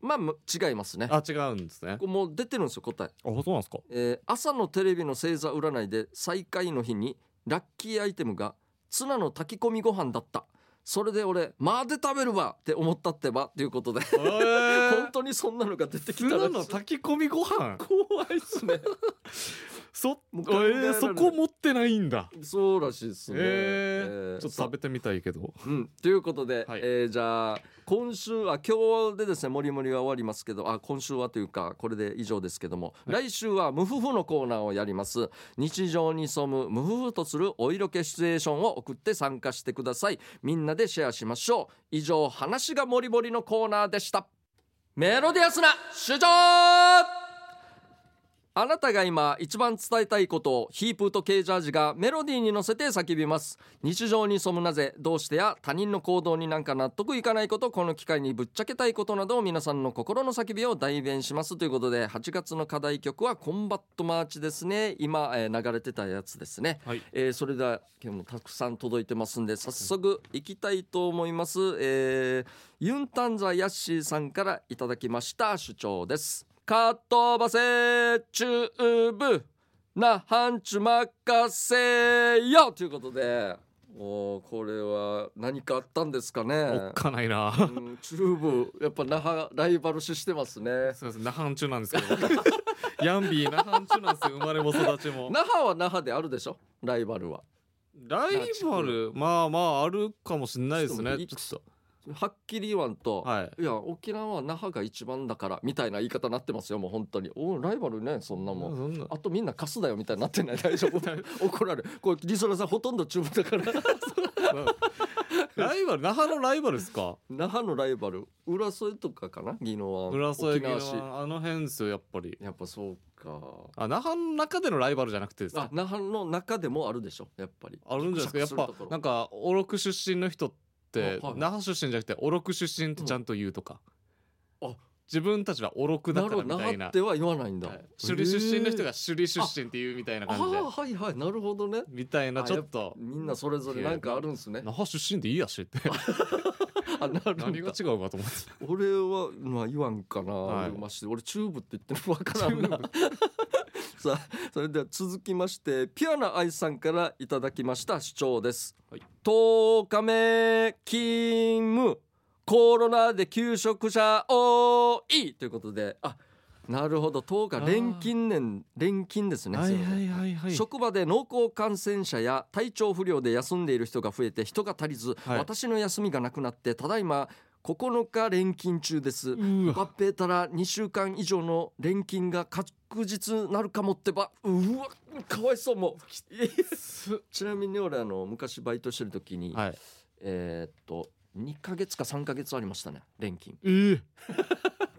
[SPEAKER 1] まあむ違いますね
[SPEAKER 2] あ違うんですね
[SPEAKER 1] これもう出てるんですよ答え
[SPEAKER 2] あそうなんですか
[SPEAKER 1] えー朝のテレビの星座占いで最下位の日にラッキーアイテムがツナの炊き込みご飯だったそれで俺まで食べるわって思ったってばっていうことで本
[SPEAKER 2] 本
[SPEAKER 1] 当にそんなのが出てき
[SPEAKER 2] ツ
[SPEAKER 1] た
[SPEAKER 2] ナ
[SPEAKER 1] ら
[SPEAKER 2] の炊き込みご飯
[SPEAKER 1] 怖いっすね
[SPEAKER 2] そ
[SPEAKER 1] もう
[SPEAKER 2] え
[SPEAKER 1] 考えられない
[SPEAKER 2] ーそこ持ってないんだ
[SPEAKER 1] そうらしいですね、
[SPEAKER 2] えー
[SPEAKER 1] えー
[SPEAKER 2] ちょっと
[SPEAKER 1] さ
[SPEAKER 2] 食べてみたいけど
[SPEAKER 1] うん、ということで、
[SPEAKER 2] はい
[SPEAKER 1] えーじゃあ今週は今日でですねもりもりは終わりますけどあ今週はというかこれで以上ですけども、来週は無夫婦のコーナーをやります日常に潜む無夫婦とするお色気シチュエーションを送って参加してくださいみんなでシェアしましょう以上話がもりもりのコーナーでしたメロディアスな主張あなたが今一番伝えたいことをヒープーとケージャージがメロディーに乗せて叫びます日常にそむなぜどうしてや他人の行動になんか納得いかないことこの機会にぶっちゃけたいことなどを皆さんの心の叫びを代弁しますということで8月の課題曲はコンバットマーチですね今、えー流れてたやつですね
[SPEAKER 2] はい
[SPEAKER 1] えーそれでは今日もたくさん届いてますんで早速いきたいと思います、えーユンタンザヤッシーさんからいただきました主張ですかっ飛ばせチューブなハンチュ任せよということでおーこれは何かあったんですか
[SPEAKER 2] お
[SPEAKER 1] ね
[SPEAKER 2] っ、かないな
[SPEAKER 1] うん、チューブやっぱ那覇ライバル視してますね
[SPEAKER 2] すみません、那覇中なんですけど。ヤンビー那覇中なんですよ、生まれも育ちも。
[SPEAKER 1] 那覇は那覇であるでしょライバルは
[SPEAKER 2] ライバル、まあまああるかもしれないですね。
[SPEAKER 1] ち
[SPEAKER 2] ち
[SPEAKER 1] ょ
[SPEAKER 2] ょ
[SPEAKER 1] っ
[SPEAKER 2] っと。
[SPEAKER 1] はっきり言わんと、
[SPEAKER 2] はい。
[SPEAKER 1] いや沖縄は那覇が一番だからみたいな言い方になってますよもう本当におうライバルねそんなもん、
[SPEAKER 2] そんな
[SPEAKER 1] あとみんなカスだよみたいになってない大丈 夫怒られるこれリソラさんほとんど中部だから
[SPEAKER 2] ライバル、那覇のライバルですか。
[SPEAKER 1] 那覇のライバル浦添とかかな宜野湾
[SPEAKER 2] 浦添
[SPEAKER 1] 沖縄市
[SPEAKER 2] あの辺ですよ、やっぱり。
[SPEAKER 1] やっぱそうか
[SPEAKER 2] あ、那覇の中でのライバルじゃなくてです
[SPEAKER 1] あ
[SPEAKER 2] か。
[SPEAKER 1] 那覇の中でもあるでしょやっぱり
[SPEAKER 2] あるんじゃないですか。やっぱ、なんか、オロク出身の人って、
[SPEAKER 1] あはい
[SPEAKER 2] 那覇出身じゃなくて、オロク出身ってちゃんと言うとか。
[SPEAKER 1] うんあ
[SPEAKER 2] 自分たちはオロクだ
[SPEAKER 1] な
[SPEAKER 2] か
[SPEAKER 1] る
[SPEAKER 2] ら
[SPEAKER 1] ほど那
[SPEAKER 2] みたい
[SPEAKER 1] 覇
[SPEAKER 2] な
[SPEAKER 1] っ。ては言わないんだ、
[SPEAKER 2] はい首里出身の人
[SPEAKER 1] へー
[SPEAKER 2] が首里出身っていうみたいな
[SPEAKER 1] あ
[SPEAKER 2] 感じで
[SPEAKER 1] あはいはいなるほどね
[SPEAKER 2] みたいな
[SPEAKER 1] あ
[SPEAKER 2] ちょっと
[SPEAKER 1] みんなそれぞれなんかあるんですね
[SPEAKER 2] 那覇出身でいいやしって
[SPEAKER 1] あなるんだ
[SPEAKER 2] 何が違うかと思って
[SPEAKER 1] 俺はまあ言わんかな、
[SPEAKER 2] はい
[SPEAKER 1] まして俺チューブって言ってるの分からんな さあそれでは続きましてピュアな愛さんからいただきました主張です、
[SPEAKER 2] はい
[SPEAKER 1] 10日目勤務コロナで休職者多いということであなるほど10日連勤年連勤ですねそれ
[SPEAKER 2] いはいは
[SPEAKER 1] 職場で濃厚感染者や体調不良で休んでいる人が増えて人が足りず、
[SPEAKER 2] はい
[SPEAKER 1] 私の休みがなくなってただいま9日連勤中です
[SPEAKER 2] う
[SPEAKER 1] 合
[SPEAKER 2] わ
[SPEAKER 1] 併たら2週間以上の連勤が確実なるかもってばうわかわいそうもうちなみに俺あの昔バイトしてる時に、
[SPEAKER 2] はい
[SPEAKER 1] えーっと2ヶ月か3ヶ月ありましたね連勤
[SPEAKER 2] え ー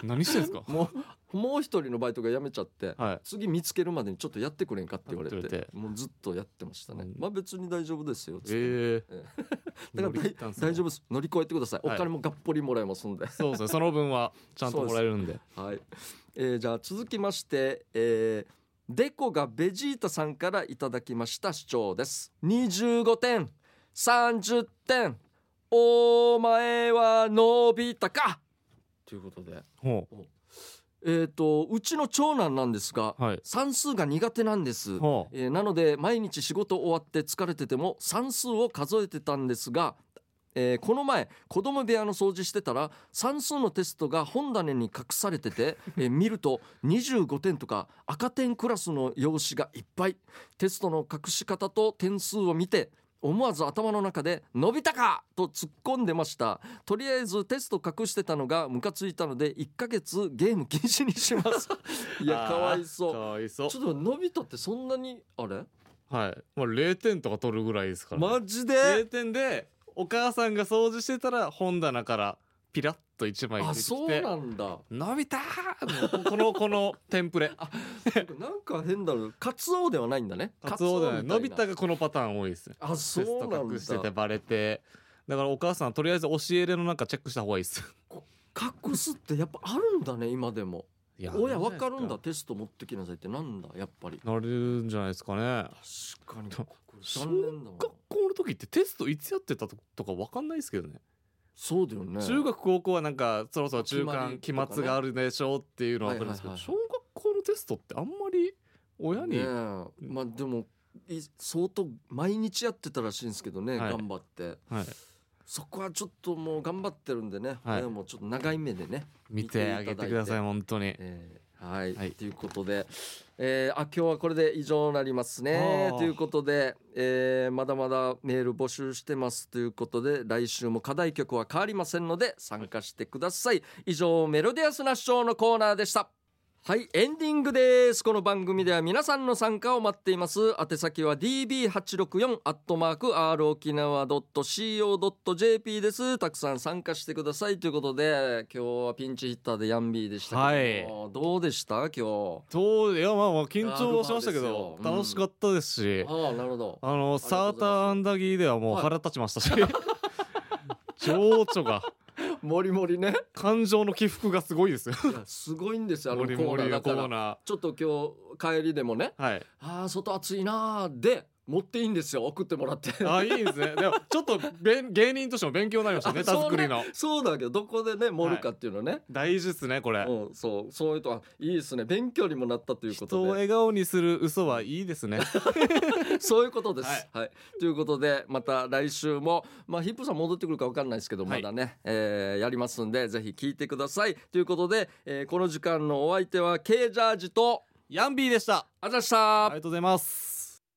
[SPEAKER 2] 何してんすか
[SPEAKER 1] もうもう一人のバイトが辞めちゃって、
[SPEAKER 2] はい
[SPEAKER 1] 次見つけるまでにちょっとやってくれんかって言われて
[SPEAKER 2] やってくれて
[SPEAKER 1] もうずっとやってましたね、
[SPEAKER 2] うん
[SPEAKER 1] まあ別に大丈夫ですよっつって、
[SPEAKER 2] え
[SPEAKER 1] え
[SPEAKER 2] え
[SPEAKER 1] だから大大丈
[SPEAKER 2] 夫
[SPEAKER 1] 夫です乗り越えてくださいお
[SPEAKER 2] はい
[SPEAKER 1] 金もがっぽりもらえますんで
[SPEAKER 2] そうですねその分はちゃんともらえるんで
[SPEAKER 1] はい、えーじゃあ続きましてえーデコがベジータさんからいただきました主張です25点30点お前は伸びたかということで
[SPEAKER 2] ほ
[SPEAKER 1] えっ、とうちの長男なんですが
[SPEAKER 2] うはい
[SPEAKER 1] 算数が苦手なんです
[SPEAKER 2] ほう
[SPEAKER 1] えーなので毎日仕事終わって疲れてても算数を数えてたんですがえーこの前子供部屋の掃除してたら算数のテストが本棚に隠されてて、えー見ると25点とか赤点クラスの用紙がいっぱいテストの隠し方と点数を見て思わず頭の中で「伸びたか!」と突っ込んでましたとりあえずテスト隠してたのがムカついたので1ヶ月ゲーム禁止にしますいや
[SPEAKER 2] あー
[SPEAKER 1] かわいそう
[SPEAKER 2] かわいそう
[SPEAKER 1] ちょっと伸びたってそんなにあれ
[SPEAKER 2] はいまあ0点とか取るぐらいですからね、
[SPEAKER 1] マジ
[SPEAKER 2] 0
[SPEAKER 1] で
[SPEAKER 2] 点でお母さんが掃除してたら本棚からピラッと1枚
[SPEAKER 1] あ
[SPEAKER 2] 出てきて
[SPEAKER 1] そうなんだ
[SPEAKER 2] 伸びたーのこのこのテン プレ
[SPEAKER 1] なんか変だろカツオではないんだね
[SPEAKER 2] カツオだね
[SPEAKER 1] みたい
[SPEAKER 2] 伸びたがこのパターン多いですね
[SPEAKER 1] あ
[SPEAKER 2] テ
[SPEAKER 1] そ
[SPEAKER 2] ス
[SPEAKER 1] うな
[SPEAKER 2] ト
[SPEAKER 1] ん
[SPEAKER 2] 隠してて
[SPEAKER 1] だ
[SPEAKER 2] バレてだからお母さんとりあえず教えれのなんかチェックした方がいいです
[SPEAKER 1] 隠すってやっぱあるんだね今でも
[SPEAKER 2] いや
[SPEAKER 1] 親わかるんだテスト持ってきなさいってなんだやっぱり
[SPEAKER 2] なるんじゃないですかね
[SPEAKER 1] 確かに
[SPEAKER 2] と
[SPEAKER 1] これ残念だわ
[SPEAKER 2] 学校の時ってテストいつやってたととかわかんないですけどね
[SPEAKER 1] そうだよね
[SPEAKER 2] 中学高校はなんかそろそろ中間
[SPEAKER 1] 決
[SPEAKER 2] 期
[SPEAKER 1] まりとかね
[SPEAKER 2] 末があるでしょうっていうのは分かるんですけど、
[SPEAKER 1] はいはい
[SPEAKER 2] 小学校のテストってあんまり親に、
[SPEAKER 1] ねえまあでもい相当毎日やってたらしいんですけどね、
[SPEAKER 2] はい
[SPEAKER 1] 頑張って
[SPEAKER 2] はい、
[SPEAKER 1] そこはちょっともう頑張ってるんでね、
[SPEAKER 2] はい
[SPEAKER 1] 親もちょっと長い目でね
[SPEAKER 2] 見てあげてください本当に
[SPEAKER 1] えーはい、
[SPEAKER 2] はい
[SPEAKER 1] ということで、えーあ今日はこれで以上になりますね
[SPEAKER 2] あー
[SPEAKER 1] ということで、えーまだまだメール募集してますということで来週も課題曲は変わりませんので参加してください以上メロディアスな主張のコーナーでしたはいエンディングですこの番組では皆さんの参加を待っています宛先は db864 アットマーク r 沖縄 .co.jp ですたくさん参加してくださいということで今日はピンチヒッターでヤンビーでしたけども、どうでした今
[SPEAKER 2] そういやまあまあ緊張はしましたけど
[SPEAKER 1] ガールバーですようん
[SPEAKER 2] 楽しかったです
[SPEAKER 1] 日
[SPEAKER 2] し、
[SPEAKER 1] ああなるほど
[SPEAKER 2] あの
[SPEAKER 1] りがと
[SPEAKER 2] サ
[SPEAKER 1] うございま
[SPEAKER 2] ー
[SPEAKER 1] す
[SPEAKER 2] ターアンダギーではもう
[SPEAKER 1] はい
[SPEAKER 2] 腹立ちま したし、情緒が
[SPEAKER 1] もりもりね
[SPEAKER 2] 感情の起伏がすごいですよ
[SPEAKER 1] いやすごいんですよあの
[SPEAKER 2] モ
[SPEAKER 1] コ
[SPEAKER 2] リモ
[SPEAKER 1] ーナ
[SPEAKER 2] リ
[SPEAKER 1] ーだ
[SPEAKER 2] のコ
[SPEAKER 1] か
[SPEAKER 2] ー
[SPEAKER 1] ら
[SPEAKER 2] ナ
[SPEAKER 1] ちょっと今日帰りでもね
[SPEAKER 2] ーはい
[SPEAKER 1] ああ外暑いなーで持っていいんですよ送ってもらって
[SPEAKER 2] あいいですねでもちょっとべん芸人としても勉強になりましたネタ作りの
[SPEAKER 1] そうだけどどこでね盛るかっていうのね、
[SPEAKER 2] 大事ですねこれ
[SPEAKER 1] うん、そうそういうとあいいですね勉強にもなったというこ
[SPEAKER 2] 人を
[SPEAKER 1] とで
[SPEAKER 2] 笑顔にする嘘はいいです ね
[SPEAKER 1] そういうことです、は
[SPEAKER 2] はいい
[SPEAKER 1] ということでまた来週も、まあ、ヒップさん戻ってくるか分かんないですけど、
[SPEAKER 2] はい
[SPEAKER 1] まだね、えーやりますんでぜひ聞いてくださいということで、えーこの時間のお相手は K ジャージと
[SPEAKER 2] ヤンビーでした
[SPEAKER 1] あざした
[SPEAKER 2] ありがとうございます